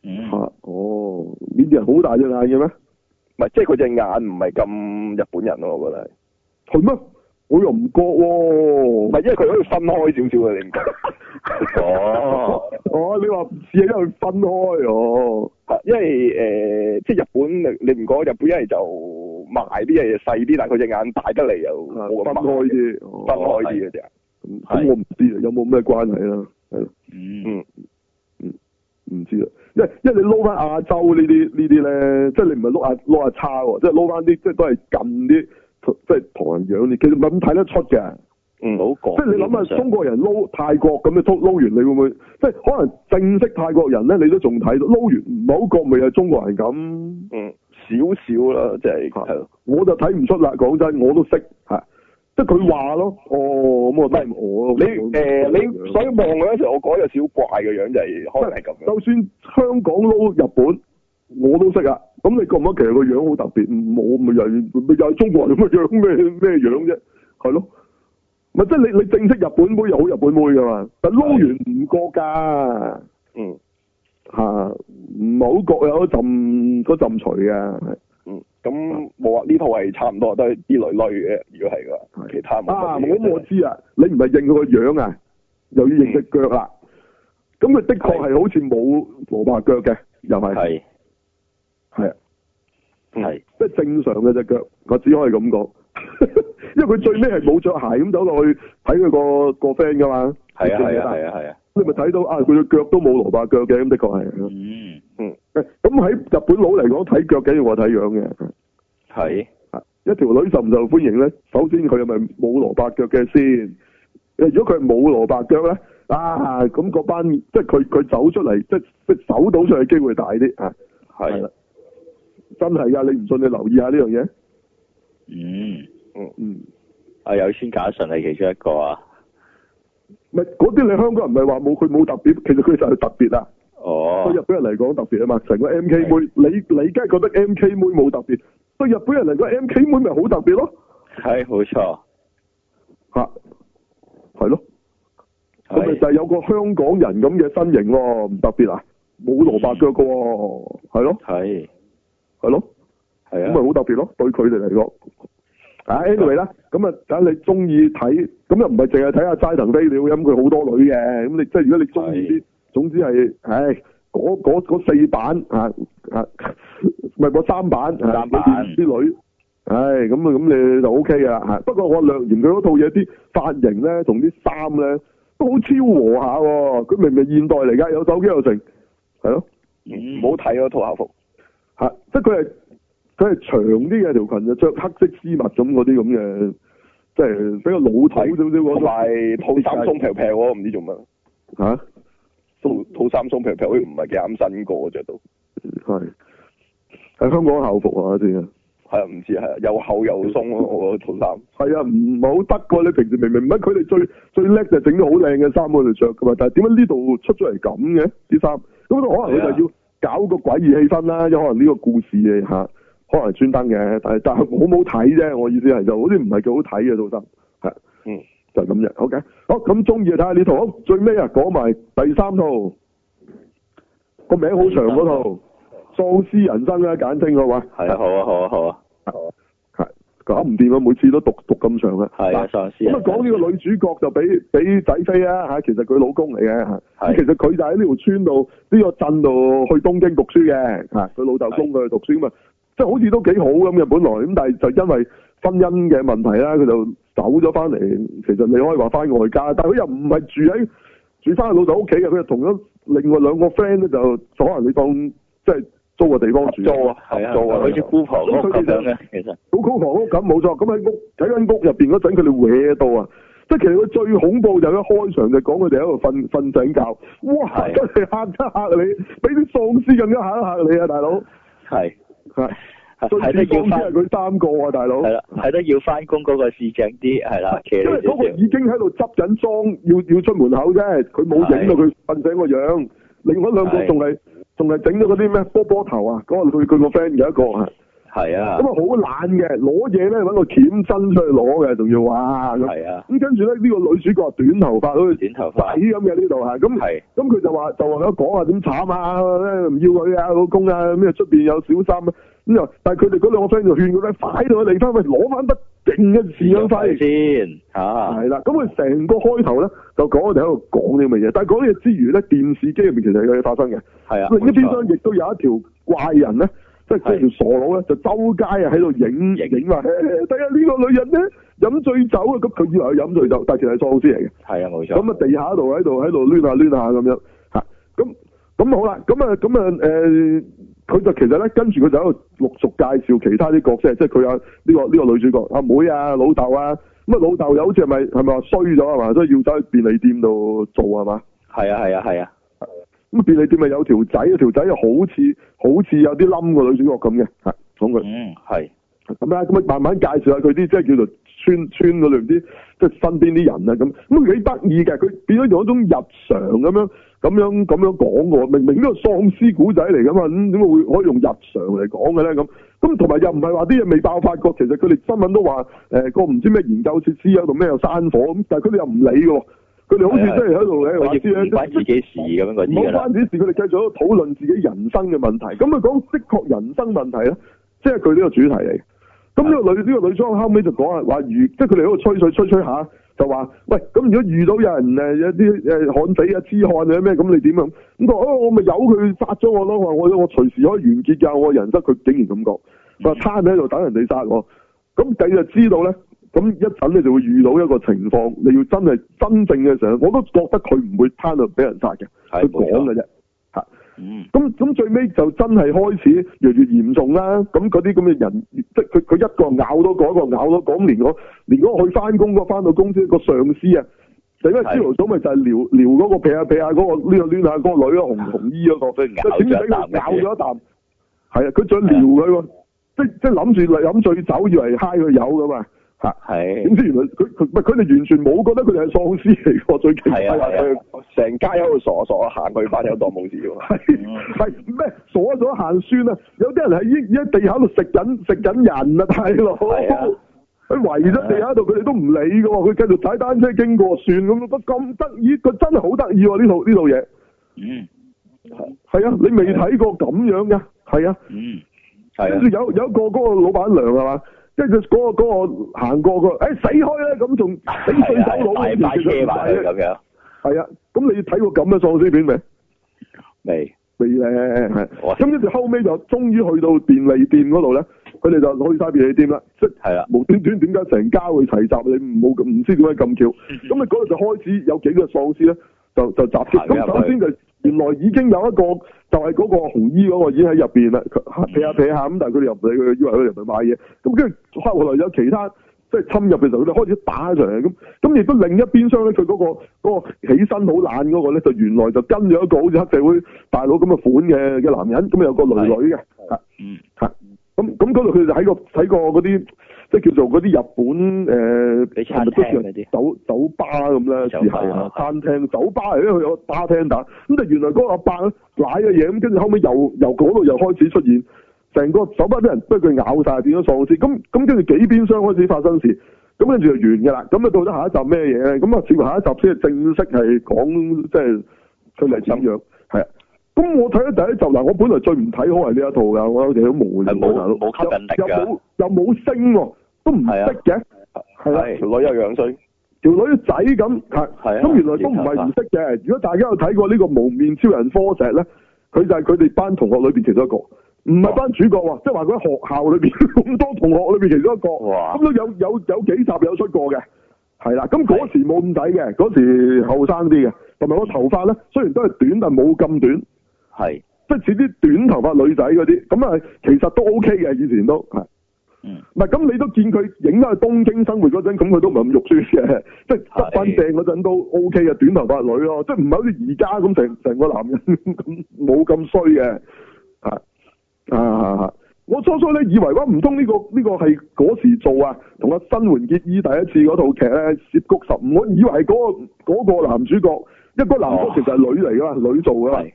Speaker 4: 嗯
Speaker 1: 嚇，哦，緬甸人好大隻眼嘅咩？
Speaker 2: 唔係即係佢隻眼唔係咁日本人咯，我覺得係。
Speaker 1: 係咩？我又唔覺
Speaker 2: 唔
Speaker 1: 喎。
Speaker 2: 係因為佢可以分開少少啊嘅，你唔覺？
Speaker 4: 哦，
Speaker 1: 哦，你話唔似係因為分開哦。
Speaker 2: 係 因為誒、呃即係日本你你唔覺，日本一係就賣啲嘢細啲，但係佢隻眼大得嚟又
Speaker 1: 啊
Speaker 2: 冇咁
Speaker 1: 分
Speaker 2: 大
Speaker 1: 開啲，哦
Speaker 2: 分開啲嘅啫。
Speaker 1: 咁咁
Speaker 4: 係
Speaker 1: 我唔知啊有冇咩關係啦，係咯，
Speaker 4: 嗯
Speaker 2: 嗯，
Speaker 1: 唔知啦，因為因為你撈翻亞洲呢啲呢啲咧，即係你唔係撈亞撈亞差喎，即係撈翻啲即係都係近啲，即係唐人樣啲，其實唔係咁睇得出嘅，
Speaker 2: 嗯，
Speaker 4: 好
Speaker 1: 即
Speaker 4: 講，
Speaker 1: 係你諗下中國人撈泰國咁樣撈撈完，你會唔會即係可能正式泰國人咧，你都仲睇到撈完唔好覺咪係中國人咁。
Speaker 2: 嗯，少少啦，即
Speaker 1: 啊
Speaker 2: 係係咯。
Speaker 1: 我就睇唔出啦，講真，我都識嚇，即係佢話咯，哦，咁我睇我
Speaker 2: 你誒、你所以望佢嗰時，我覺得有
Speaker 1: 哦
Speaker 2: 少少怪嘅樣，就係、可能係咁樣。
Speaker 1: 就算香港撈日本，我都識啊，咁你覺唔覺得其實個樣好特別？冇咪又係又係中國人咁嘅樣咩咩樣啫？係咯，咪即係你你正式日本妹又好日本妹噶嘛，但撈完唔覺㗎
Speaker 2: 嗯
Speaker 1: 嚇，唔係好覺有嗰陣嗰陣除㗎。係
Speaker 2: 嗯，咁冇啊，呢套係差唔多都係啲類類嘅，如果係嘅話，
Speaker 1: 係
Speaker 2: 其他冇
Speaker 1: 啊，
Speaker 2: 乜嘢
Speaker 1: 咁我知啊，你唔係認佢個樣啊，又要認只腳啦。咁佢的確係好似冇蘿蔔腳嘅，又係嗯
Speaker 4: 係
Speaker 1: 係啊，
Speaker 4: 係
Speaker 1: 即係正常嘅只腳，我只可以咁講。 因為佢最尾係冇着鞋咁走落去睇佢個個 friend 噶嘛，
Speaker 4: 係
Speaker 1: 你
Speaker 4: 啊
Speaker 1: 記唔記
Speaker 4: 係
Speaker 1: 得
Speaker 4: 啊係啊係啊，
Speaker 1: 你咪睇到啊，佢對腳都冇蘿蔔腳嘅，咁的確係。
Speaker 4: 嗯
Speaker 1: 咁喺日本佬嚟講，睇腳緊要過睇樣嘅。
Speaker 4: 係
Speaker 1: 啊一條女受唔受歡迎咧？首先佢係咪冇蘿蔔腳嘅先？如果佢係冇蘿蔔腳咧，啊咁嗰班即係佢佢走出嚟，即係即係走到出嚟機會大啲啊！係
Speaker 4: 係
Speaker 1: 啦，真係㗎，你唔信你留意下呢樣嘢。
Speaker 4: 嗯，
Speaker 1: 嗯，
Speaker 4: 啊有村假信係其中一個啊，
Speaker 1: 咪嗰啲你香港人咪話冇佢冇特別，其實佢就係特別啊！
Speaker 4: 哦
Speaker 1: 對日本人嚟講特別啊嘛，成個 M K 妹，你你梗係覺得 M K 妹冇特別，對日本人嚟講 M K 妹咪好特別咯，
Speaker 4: 係冇錯，
Speaker 1: 嚇係咯。咁咪
Speaker 4: 係
Speaker 1: 就係有個香港人咁嘅身形喎、唔特別啊，冇蘿蔔腳嘅喎，係咯，
Speaker 4: 係
Speaker 1: 係咯，
Speaker 4: 係
Speaker 1: 咁
Speaker 4: 啊
Speaker 1: 咪，
Speaker 4: 嗯
Speaker 1: 好特別咯，對佢哋嚟講。啊，anyway 啦，咁啊，等你中意睇，咁又唔係淨係睇下齋藤飛鳥，咁佢好多女嘅，咁你即係如果你中意啲，總之係，唉，嗰嗰嗰四版啊啊，唔係嗰三版啊
Speaker 4: 三版
Speaker 1: 嗰啲啲女，唉，咁啊咁你就 O K 嘅啦啊嚇。不過我略嫌佢嗰套嘢啲髮型咧，同啲衫咧都好超和下喎，佢明明現代嚟㗎，有手機又成，係咯。
Speaker 4: 嗯
Speaker 2: 唔好睇嗰套校服，
Speaker 1: 吓，啊即係佢係佢係長啲嘅條裙，就着黑色絲襪咁嗰啲咁嘅，即係比較老土少少嗰
Speaker 2: 同
Speaker 1: 種
Speaker 2: 埋套衫鬆平平喎，我唔知做乜，
Speaker 1: 吓，
Speaker 4: 嗯
Speaker 2: 套套衫鬆平平好似唔係幾啱身個着到，
Speaker 1: 係喺香港校服啊先啊，
Speaker 2: 係啊，唔知係啊又厚又鬆
Speaker 4: 嗯
Speaker 2: 咯，我嗰套衫。
Speaker 1: 係啊，唔係好得㗎。你平時明明乜佢哋最最叻就係整啲好靚嘅衫喺度着㗎嘛，但係點解呢度出咗嚟咁嘅啲衫？咁可能佢就要搞個詭異氣氛啦，因為可能呢個故事嘅吓，可能係專登嘅，但係但係好唔好睇啫？我意思係就好似唔係幾好睇嘅套衫。
Speaker 2: 嗯，
Speaker 1: 就係咁啫。OK，好咁中意就睇下呢套。好，最尾啊，講埋第三套，個名好長嗰套《喪屍人生》啦，簡稱好嘛？
Speaker 4: 係啊，好啊，好啊，好啊，
Speaker 1: 係搞唔掂啊！每次都讀讀咁長啊。
Speaker 4: 係啊，
Speaker 1: 嗱
Speaker 4: 喪屍
Speaker 1: 咁啊，講呢個女主角就俾俾仔飛啊嚇，其實佢老公嚟嘅嚇。
Speaker 4: 係
Speaker 1: 其實佢就喺呢條村度呢、個鎮度去東京讀書嘅嚇，佢老豆供佢去讀書咁啊，即係好似都幾好咁嘅本來咁，但係就因為婚姻嘅問題啦，佢就走咗翻嚟。其實你可以話翻外家，但係佢又唔係住喺住翻老豆屋企嘅，佢就同咗另外兩個 friend 咧就可能你當即係租個地方住。
Speaker 4: 租啊，係啊，
Speaker 2: 租啊
Speaker 4: 好似姑婆屋咁樣嘅，其實
Speaker 1: 好高房屋咁冇錯，咁喺屋喺間屋入邊嗰陣，佢哋搲到啊！即係其實佢最恐怖就係一開場就講佢哋喺度瞓瞓醒覺，哇！
Speaker 4: 係
Speaker 1: 真係嚇得嚇你，比啲喪屍更加嚇得嚇你啊，大佬！
Speaker 4: 係
Speaker 1: 係
Speaker 4: 係
Speaker 1: 最
Speaker 4: 睇得
Speaker 1: 似
Speaker 4: 要
Speaker 1: 喪屍
Speaker 4: 翻
Speaker 1: 係。佢三個啊，大佬
Speaker 4: 系。啦，睇得要翻工嗰個市正啲，係啦，騎
Speaker 1: 因
Speaker 4: 呢
Speaker 1: 為嗰個
Speaker 4: 少
Speaker 1: 已經喺度執緊裝，要要出門口啫，佢冇影到佢瞓醒個樣。另外兩個仲係仲係整咗嗰啲咩波波頭啊，嗰、個佢佢個 friend 有一個啊。
Speaker 4: 少，係啊
Speaker 1: 咁啊，好懶嘅，攞嘢咧揾個鉗伸出去攞嘅，仲要哇咁。
Speaker 4: 係啊，
Speaker 1: 咁跟住咧，呢、個女主角短頭髮好似
Speaker 4: 短頭
Speaker 1: 仔
Speaker 4: 髮
Speaker 1: 咁嘅呢度嚇，咁
Speaker 4: 係
Speaker 1: 咁佢就話就話佢講啊點慘啊，唔要佢啊老公啊，咩出邊有小三啊，咁就但係佢哋嗰兩個 friend 就勸佢咧，快到佢離婚，喂攞翻筆勁嘅贍養費。
Speaker 4: 先啊吓，
Speaker 1: 係啦，咁佢成個開頭咧就講我哋喺度講啲咁嘅嘢，但係講呢嘢之餘咧，電視機入面其實有嘢發生嘅。
Speaker 4: 係啊，
Speaker 1: 另一
Speaker 4: 冇
Speaker 1: 邊
Speaker 4: 錯
Speaker 1: 廂亦都有一條怪人咧，即係嗰條傻佬咧，就周街啊喺度影
Speaker 4: 影
Speaker 1: 影話， 嘿嘿睇下呢個女人咧飲醉酒啊，咁佢以為係飲醉酒，但係其實係喪屍嚟嘅。
Speaker 4: 係啊，冇錯，
Speaker 1: 咁啊，地下度喺度喺度攣下攣下咁樣嚇，咁咁好啦，咁啊咁啊誒，佢、就其實咧跟住佢就喺度陸續介紹其他啲角色，即係佢啊呢個呢、個女主角阿妹啊老豆啊，咁啊老豆又好似係咪係咪話衰咗啊係嘛，所以要走去便利店度做係嘛？
Speaker 4: 係啊，係啊，係啊，
Speaker 1: 咁便利店咪有條仔，條仔又好似好似有啲冧個女主角咁嘅，係講佢
Speaker 4: 嗯，係
Speaker 1: 咁啦，咁啊慢慢介紹下佢啲即係叫做村村嗰度唔知即係身邊啲人啊咁，咁佢幾得意嘅，佢變咗用一種日常咁樣咁樣咁樣講喎，明明呢個喪屍古仔嚟噶嘛，咁點解會可以用日常嚟講嘅咧？咁咁同埋又唔係話啲嘢未爆發過，其實佢哋新聞都話誒、個唔知咩研究設施喺啊度咩有山火咁，但係佢哋又唔理嘅喎，佢哋好似
Speaker 4: 係係
Speaker 1: 真係喺度咧
Speaker 4: 好
Speaker 1: 話
Speaker 4: 似
Speaker 1: 知
Speaker 4: 唔關自己事咁樣嗰
Speaker 1: 唔
Speaker 4: 啲㗎
Speaker 1: 好啊
Speaker 4: 啦
Speaker 1: 關。啲事，佢哋繼續喺度討論自己人生嘅問題。咁佢講的確人生問題咧，即係佢呢個主題嚟。咁呢個女呢、個女裝後尾就講啊，話如即係佢哋喺度吹水吹吹下，就話喂咁如果遇到有人誒有啲誒旱死啊、痴漢啊咩咁，你點樣？咁佢話哦，我咪由佢殺咗我咯，我我我隨時可以完結㗎，我人生佢竟然咁講，佢話攤喺度等人哋殺我。咁你就知道咧，咁一陣你就會遇到一個情況，你要真係真正嘅時候，我都覺得佢唔會攤到俾人殺嘅。
Speaker 4: 係
Speaker 1: 佢講嘅
Speaker 4: 冇錯
Speaker 1: 啫。嚇，
Speaker 4: 嗯，
Speaker 1: 咁咁最尾就真係開始越嚟越嚴重啦。咁嗰啲咁嘅人，即係佢佢一個咬多個，一個咬多個，咁連我連嗰個去翻工嗰個翻到公司個上司啊，就因為
Speaker 4: 係
Speaker 1: 朝頭早咪就係撩撩嗰個劈下劈下啊嗰個呢個攣下嗰個女啊，紅紅衣嗰、個，
Speaker 4: 佢咬
Speaker 1: 點知
Speaker 4: 咗
Speaker 1: 俾
Speaker 4: 一啖
Speaker 1: 佢
Speaker 4: 嘅
Speaker 1: 咬咗一啖，係啊，佢仲撩佢喎，即即係諗住嚟飲醉酒以為嗨佢有噶嘛嚇。
Speaker 4: 係
Speaker 1: 點知原來佢佢唔係佢哋完全冇覺得佢哋係喪屍嚟喎，最奇怪
Speaker 4: 係啊係啊
Speaker 2: 佢成街喺度傻傻行去翻有當冇事喎。
Speaker 1: 係係
Speaker 4: 嗯
Speaker 1: 咩傻咗行酸啊！有啲人係依依喺地下度食緊食緊人啊，大佬！
Speaker 4: 係啊
Speaker 1: 佢圍咗地下度，佢哋都唔理噶喎，佢繼續踩單車經過算咁，不咁得意，佢真係好得意喎！呢套呢套嘢
Speaker 4: 嗯
Speaker 1: 係啊，你未睇過咁樣嘅係啊，
Speaker 4: 嗯
Speaker 1: 跟
Speaker 4: 係
Speaker 1: 住
Speaker 4: 啊
Speaker 1: 有有一個嗰個老闆娘係嘛，跟住嗰個嗰個行過個，誒死開啦咁仲死
Speaker 4: 係
Speaker 1: 碎
Speaker 4: 啊
Speaker 1: 走佬咁，
Speaker 4: 大把
Speaker 1: 其實
Speaker 4: 車
Speaker 1: 唔
Speaker 4: 埋佢
Speaker 1: 係啊
Speaker 4: 咁樣，
Speaker 1: 係啊，咁你睇過咁嘅喪屍片未？
Speaker 4: 未
Speaker 1: 未咧，係
Speaker 4: 哇
Speaker 1: 咁跟住後尾就終於去到便利店嗰度咧，佢哋就去晒便利店啦，即係
Speaker 4: 係啦，
Speaker 1: 無端端點解成家會齊集？你冇唔知點解咁巧？
Speaker 4: 嗯
Speaker 1: 咁你嗰度就開始有幾個喪屍咧，就就集結。
Speaker 4: 行入去
Speaker 1: 咁首先就原來已經有一個就係嗰個紅衣嗰個已經喺入邊啦，佢
Speaker 4: 嗯
Speaker 1: 劈下劈下咁，但係佢哋又唔理佢，以為佢哋嚟買嘢。咁跟住後來有其他即係侵入嘅時候，佢哋開始打上嚟咁。咁亦都另一邊廂咧，佢嗰、個嗰、個起身好懶嗰個咧，就原來就跟咗一個好似黑社會大佬咁嘅款嘅嘅男人，咁有個女女嘅。啊
Speaker 4: 嗯
Speaker 1: 咁咁嗰度佢就喺個喺個嗰啲即係叫做嗰啲日本誒，
Speaker 4: 你
Speaker 1: 係
Speaker 4: 餐
Speaker 1: 咪都叫
Speaker 4: 廳嗰啲
Speaker 1: 酒酒吧咁啦，
Speaker 4: 酒
Speaker 1: 是
Speaker 4: 吧
Speaker 1: 係啊餐廳酒吧嚟，因為佢有個吧廳打咁，但原來嗰個阿伯咧攋嘅嘢，咁跟住後尾又由嗰度又開始出現，成個酒吧啲人俾佢咬晒，變咗喪屍，咁咁跟住幾邊廂開始發生事。咁跟住就完㗎啦，咁啊到底下一集咩嘢咧？咁啊，接下一集先係正式係講即係佢嚟點
Speaker 4: 嗯
Speaker 1: 樣，係啊。咁我睇咗第一集嗱，我本來最唔睇好係呢一套㗎，我有哋都無聊啊
Speaker 4: 係冇
Speaker 1: 大佬
Speaker 4: 冇吸引力
Speaker 1: 又
Speaker 4: 㗎
Speaker 1: 冇又冇星喎，都唔
Speaker 4: 係啊
Speaker 1: 識嘅，係啦，
Speaker 4: 係
Speaker 2: 條女又樣衰，
Speaker 1: 條女仔咁，係
Speaker 4: 係啊
Speaker 1: 咁原來都唔係唔識嘅。如果大家有睇過呢個無面超人科石咧，佢就係佢哋班同學裏邊其中一個，唔係班主角喎，即係話佢喺學校裏邊 咁多同學裏邊其中一個，
Speaker 4: 哇
Speaker 1: 咁都有有有幾集有出過嘅，係啦。咁嗰時冇咁抵嘅，嗰時後生啲嘅，同埋個頭髮咧雖然都係短，但冇咁短，
Speaker 4: 係
Speaker 1: 即係似啲短頭髮女仔嗰啲，咁啊其實都 OK 嘅，以前都係。
Speaker 4: 嗯
Speaker 1: 唔係咁，你都見佢影翻去東京生活嗰陣，咁佢都唔係咁肉酸嘅， 即係執翻正嗰陣都 O K 嘅，短頭髮女咯，即係唔係好似而家咁成成個男人咁冇咁衰嘅，啊啊啊！啊我初初咧以為話唔通呢個呢、個係嗰時做啊，同阿新垣結衣第一次嗰套劇咧《涉谷十五》，我以為係嗰、個嗰個男主角，因為嗰個男主角其實係女嚟噶嘛，女做噶嘛。
Speaker 4: 係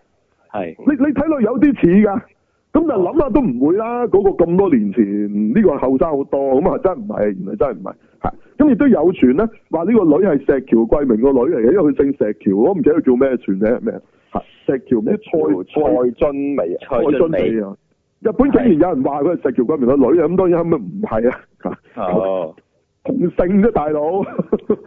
Speaker 4: 係
Speaker 1: 你你睇落有啲似㗎，咁但係諗下都唔會啦。嗰、個咁多年前，呢、個後生好多，咁啊真係唔係，原來真係唔係嚇。咁亦都有傳咧，話呢個女係石橋貴明個女嚟嘅，因為佢姓石橋，我唔記得佢叫咩傳嘅咩嚇。石橋咩蔡
Speaker 2: 蔡津美啊，
Speaker 4: 蔡俊美
Speaker 1: 啊？日本竟然有人話佢係石橋貴明個女啊！咁當然後尾唔係啊嚇，
Speaker 4: 哦
Speaker 1: 同姓啫，大佬。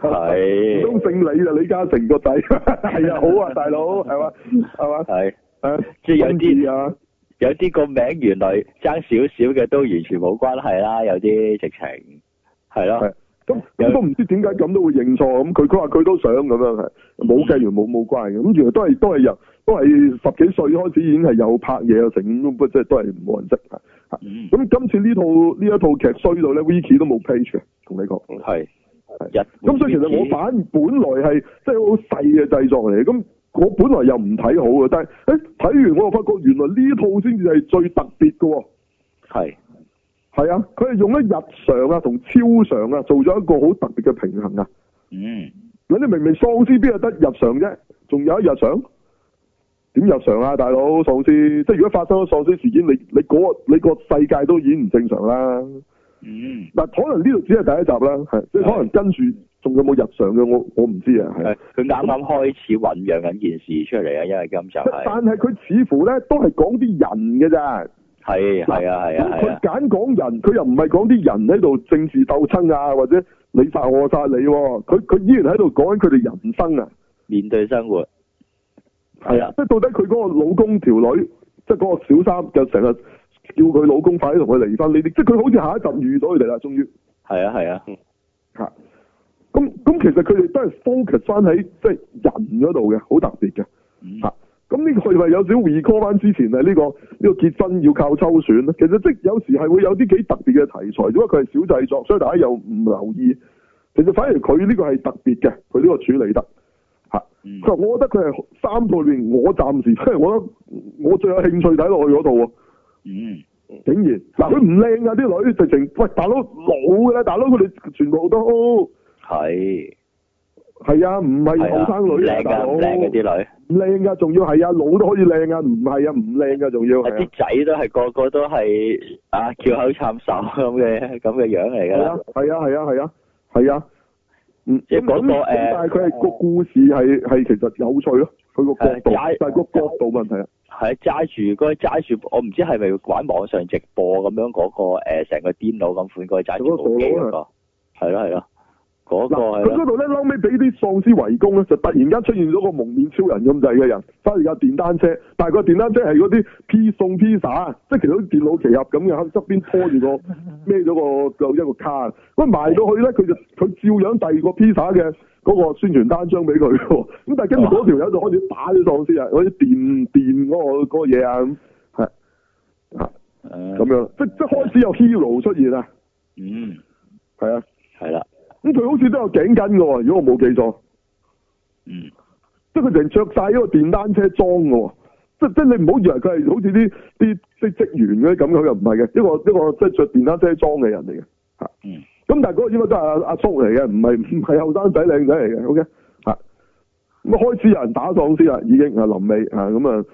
Speaker 1: 唔
Speaker 4: 係
Speaker 1: 通姓李就李嘉誠個仔， 係啊，好啊，大佬，係嘛，係嘛，
Speaker 4: 係
Speaker 1: 誒，
Speaker 4: 即係有啲
Speaker 1: 君子啊。
Speaker 4: 有啲個名原來爭少少嘅都完全冇關係啦，有啲直情係咯
Speaker 1: 係。咁咁都唔知點解咁都會認錯咁，佢佢話佢都想咁樣係冇計，原來冇冇關嘅，咁原來都係都係由都係十幾歲開始已經係有拍嘢啊成咁，不過即係都係冇人識嚇嚇
Speaker 4: 嗯
Speaker 1: 咁今次呢套呢一套劇衰到咧，Wiki 都冇 page 嘅，同你講。
Speaker 4: 係
Speaker 1: 嗯係
Speaker 4: 日
Speaker 1: 咁所以其實我反而本來係即係好細嘅製作嚟，咁我本來又唔睇好嘅，但係誒睇完我又發覺原來呢套先至係最特別嘅喎。
Speaker 4: 係
Speaker 1: 係啊，佢係用咗日常啊同超常啊做咗一個好特別嘅平衡啊。
Speaker 4: 嗯
Speaker 1: 你明明喪屍邊有得日常啫，仲有一日常，點日常啊，大佬喪屍，即係如果發生咗喪屍事件，你你嗰、你個世界都已經唔正常啦。
Speaker 4: 嗯，
Speaker 1: 嗱，可能呢度只係第一集啦，係即係可能跟住仲有冇日常嘅，我我唔知啊，係。
Speaker 4: 係佢啱啱開始醖釀緊件事出嚟啊，因為今集係
Speaker 1: 但係佢似乎咧都係講啲人嘅咋，
Speaker 4: 係係啊係啊係
Speaker 1: 佢
Speaker 4: 啊，
Speaker 1: 揀講人，佢又唔係講啲人喺度政治鬥爭啊，或者你殺我殺你喎，佢佢依然喺度講緊佢哋人生啊，
Speaker 4: 面對生活係啊
Speaker 1: 即係到底佢嗰個老公條女，即係嗰個小三就成日叫佢老公快啲同佢離婚呢啲，即係佢好似下一集遇到佢哋啦，終於
Speaker 4: 係啊係啊，
Speaker 1: 嗯嚇。咁咁其實佢哋都係 focus 翻喺即係人嗰度嘅，好特別嘅。
Speaker 4: 嗯
Speaker 1: 嚇啊咁呢個係咪有少少 recall 翻之前啊？呢、個呢、個結婚要靠抽選咧，其實即係有時係會有啲幾特別嘅題材，只不過佢係小製作，所以大家又唔留意。其實反而佢呢個係特別嘅，佢呢個處理得嚇。
Speaker 4: 嗯
Speaker 1: 佢話我覺得佢係三套裏面，我暫時即係我覺得我最有興趣睇落去嗰度喎。
Speaker 4: 嗯
Speaker 1: 竟然嗱，佢唔靚啊啲女，直情喂大佬老㗎啦，大佬佢哋全部都哦
Speaker 4: 係
Speaker 1: 係啊，唔係
Speaker 4: 係啊
Speaker 1: 後生女
Speaker 4: 靚
Speaker 1: 啊，大
Speaker 4: 㗎
Speaker 1: 佬
Speaker 4: 唔靚嗰啲女。
Speaker 1: 唔靚㗎，仲要係啊老都可以靚啊，唔係啊唔靚㗎，仲要
Speaker 4: 啊
Speaker 1: 係啊
Speaker 4: 啲。仔都係個個都係啊翹口插手咁嘅咁嘅樣嚟
Speaker 1: 係啊
Speaker 4: 㗎啦，，
Speaker 1: 係啊，係啊，係啊，係啊。嗯，
Speaker 4: 即係嗰個
Speaker 1: 咁
Speaker 4: 誒
Speaker 1: 但係佢係個故事係係其實有趣咯，佢個角度
Speaker 4: 係啊，
Speaker 1: 但係個角度問題啊，
Speaker 4: 係揸住嗰個揸住，我唔知係咪玩網上直播咁樣嗰、個誒成、個癲佬咁款嗰個揸住部機嗰、個，係咯係咯，嗰、個
Speaker 1: 啊嗱，
Speaker 4: 係
Speaker 1: 佢
Speaker 4: 咯
Speaker 1: 嗰度咧，後尾俾啲喪屍圍攻咧，啊就突然間出現咗個蒙面超人咁滯嘅人，揸住架電單車，但係個電單車係嗰啲披送披薩，即係其實好似電腦奇俠咁嘅，喺側邊拖 住個孭咗個有一個卡，咁埋到去咧，佢就佢照樣第二個披薩嘅。嗰個宣傳單張俾佢喎，咁但係跟住
Speaker 4: 哦
Speaker 1: 嗰條友就開始打啲喪屍啊，嗰啲電電嗰、個嗰個嘢啊，咁係啊
Speaker 4: 嗯
Speaker 1: 咁樣，即即開始有 hero 出現啊，
Speaker 4: 嗯
Speaker 1: 係啊，
Speaker 4: 係啦
Speaker 1: 咁佢好似都有頸巾嘅喎，如果我冇記錯。
Speaker 4: 嗯
Speaker 1: 即係佢成着晒嗰個電單車裝嘅喎，即即係你唔好以為佢係好似啲啲啲職員嗰啲咁，佢又唔係嘅，一個一個即係着電單車裝嘅人嚟嘅嚇。
Speaker 4: 嗯
Speaker 1: 咁但係嗰個應該都係阿阿叔嚟嘅，唔係 唔係後生仔靚仔嚟嘅，OK 嚇。咁啊開始有人打喪屍啦，已經啊臨尾啊咁啊，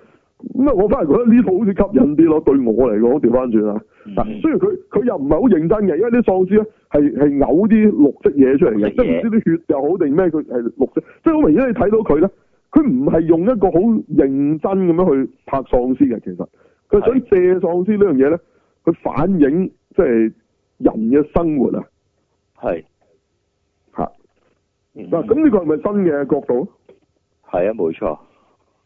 Speaker 1: 咁啊我反而覺得呢套好似吸引啲咯，對我嚟講調翻轉啊。
Speaker 4: 嗯
Speaker 1: 嗱，雖然佢佢又唔係好認真嘅，因為啲喪屍咧係係嘔啲綠色嘢出嚟嘅，
Speaker 4: 綠
Speaker 1: 即
Speaker 4: 色嘢
Speaker 1: 係唔知啲血又好定咩，佢係綠色，即係好明顯你睇到佢咧，佢唔係用一個好認真咁樣去拍喪屍嘅，其實佢想
Speaker 4: 係
Speaker 1: 借喪屍呢樣嘢咧，佢反映即係人嘅生活啊，
Speaker 4: 係
Speaker 1: 嚇
Speaker 2: 嗯
Speaker 1: 嗱，咁呢個係咪新嘅角度？
Speaker 4: 係啊冇錯，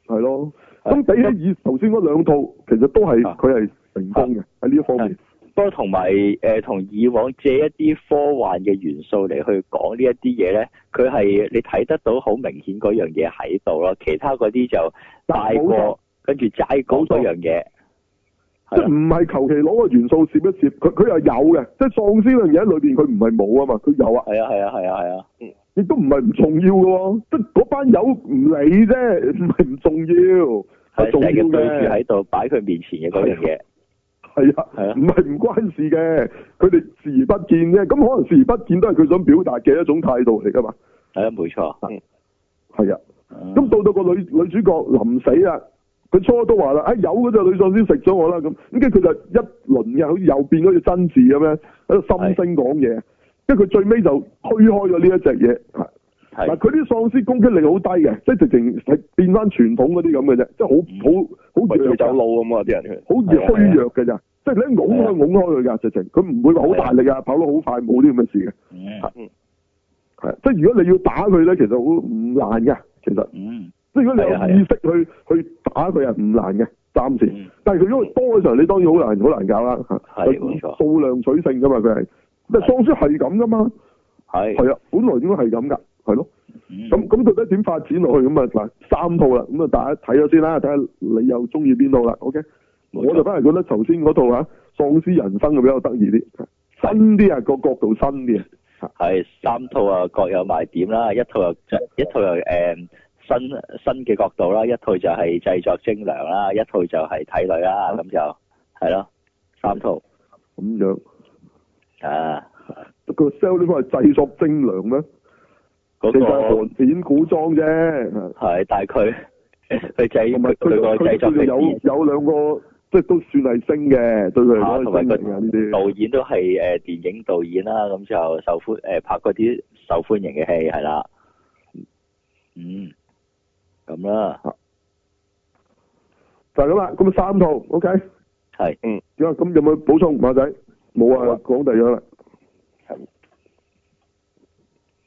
Speaker 1: 係咯，
Speaker 4: 係
Speaker 1: 咁比起以頭先嗰兩套，其實都係
Speaker 4: 啊
Speaker 1: 佢係成功嘅喺呢一方面，
Speaker 4: 不過同埋誒同以往借一啲科幻嘅元素嚟去講呢一啲嘢咧，佢係你睇得到好明顯嗰樣嘢喺度咯，其他嗰啲就大
Speaker 1: 嗱冇錯
Speaker 4: 過跟住齋講嗰樣嘢，
Speaker 1: 即係
Speaker 4: 係啦
Speaker 1: 唔係求其攞個元素攝一攝，佢佢又有嘅，即係喪屍呢樣嘢喺裏邊佢唔係冇啊嘛，佢有啊，
Speaker 4: 係啊係啊係啊係啊，
Speaker 1: 亦都唔係唔重要嘅喎，即係嗰班友唔理啫，唔係唔重要，係
Speaker 4: 係
Speaker 1: 重要
Speaker 4: 成日對住
Speaker 1: 嘅，
Speaker 4: 喺度擺佢面前嘅嗰樣嘢，
Speaker 1: 係啊
Speaker 4: 係啊，
Speaker 1: 唔係唔關事嘅，佢哋視而不見啫，咁可能視而不見都係佢想表達嘅一種態度嚟噶嘛，
Speaker 4: 係啊冇錯。
Speaker 1: 係啊，咁
Speaker 4: 咁
Speaker 1: 到到個女女主角臨死啦，佢初都話啦，啊有嗰隻女喪屍食咗我啦咁，咁跟住佢就一輪嘅，好似又變嗰隻真嗣咁樣喺度心聲講嘢，跟住佢最尾就推開咗呢一隻嘢，係嗱，
Speaker 4: 係
Speaker 1: 佢啲喪屍攻擊力好低嘅，即係直情係變翻傳統嗰啲咁嘅啫，即係好好好
Speaker 2: 咪
Speaker 1: 弱
Speaker 2: 佢走
Speaker 1: 㗎
Speaker 2: 路咁啊啲人佢。
Speaker 1: 好
Speaker 4: 係啊
Speaker 1: 虛弱嘅咋，即係你一拱開拱開佢㗎，直情佢唔會話好大力啊，跑得好快，冇啲咁嘅事
Speaker 4: 嗯
Speaker 1: 嘅，係即係如果你要打佢咧，其實好唔難嘅，其實
Speaker 4: 嗯
Speaker 1: 即係如果
Speaker 4: 係啊係啊
Speaker 1: 你有意識去去打佢係唔難嘅，暫時。
Speaker 4: 嗯
Speaker 1: 但係佢因為多嘅時候，你當然好難好難搞啦嚇，
Speaker 4: 係冇錯
Speaker 1: 數量取勝㗎嘛，佢係，但係喪屍係咁㗎嘛，
Speaker 4: 係
Speaker 1: 係啊，本來應該係咁㗎，係咯。
Speaker 4: 嗯
Speaker 1: 咁咁到底點發展落去咁啊？嗱，三套啦，咁啊大家睇咗先啦，睇下你又中意邊套啦？OK，
Speaker 4: 冇
Speaker 1: 我
Speaker 4: 錯
Speaker 1: 就反而覺得頭先嗰套啊《喪屍人生》就比較得意啲，新啲啊個角度新啲啊，
Speaker 4: 係三套啊各有賣點啦，一套又一套又誒新新嘅角度啦，一套就係製作精良啦，一套就係睇女
Speaker 1: 啊
Speaker 4: 啦，咁就係咯，三套
Speaker 1: 咁樣
Speaker 4: 啊
Speaker 1: 個 sell 呢方係製作精良咩？
Speaker 4: 嗰
Speaker 1: 其實係
Speaker 4: 個
Speaker 1: 韓片古裝啫，
Speaker 4: 係，但係佢啊佢製
Speaker 1: 同埋佢
Speaker 4: 佢個製
Speaker 1: 佢
Speaker 4: 作
Speaker 1: 佢
Speaker 4: 力
Speaker 1: 有有兩個，即係都算係升嘅，對佢
Speaker 4: 啊
Speaker 1: 嚟講
Speaker 4: 同埋
Speaker 1: 係
Speaker 4: 佢
Speaker 1: 升嘅呢啲。
Speaker 4: 導演都係誒電影導演啦，咁就受歡誒拍嗰啲受歡迎嘅戲係啦。嗯，咁啦，
Speaker 1: 就係咁啦，咁啊三套，OK。
Speaker 4: 係
Speaker 1: 點啊？咁有冇補充馬仔？冇
Speaker 2: 冇
Speaker 1: 啊
Speaker 2: 啊，
Speaker 1: 講第二樣啦。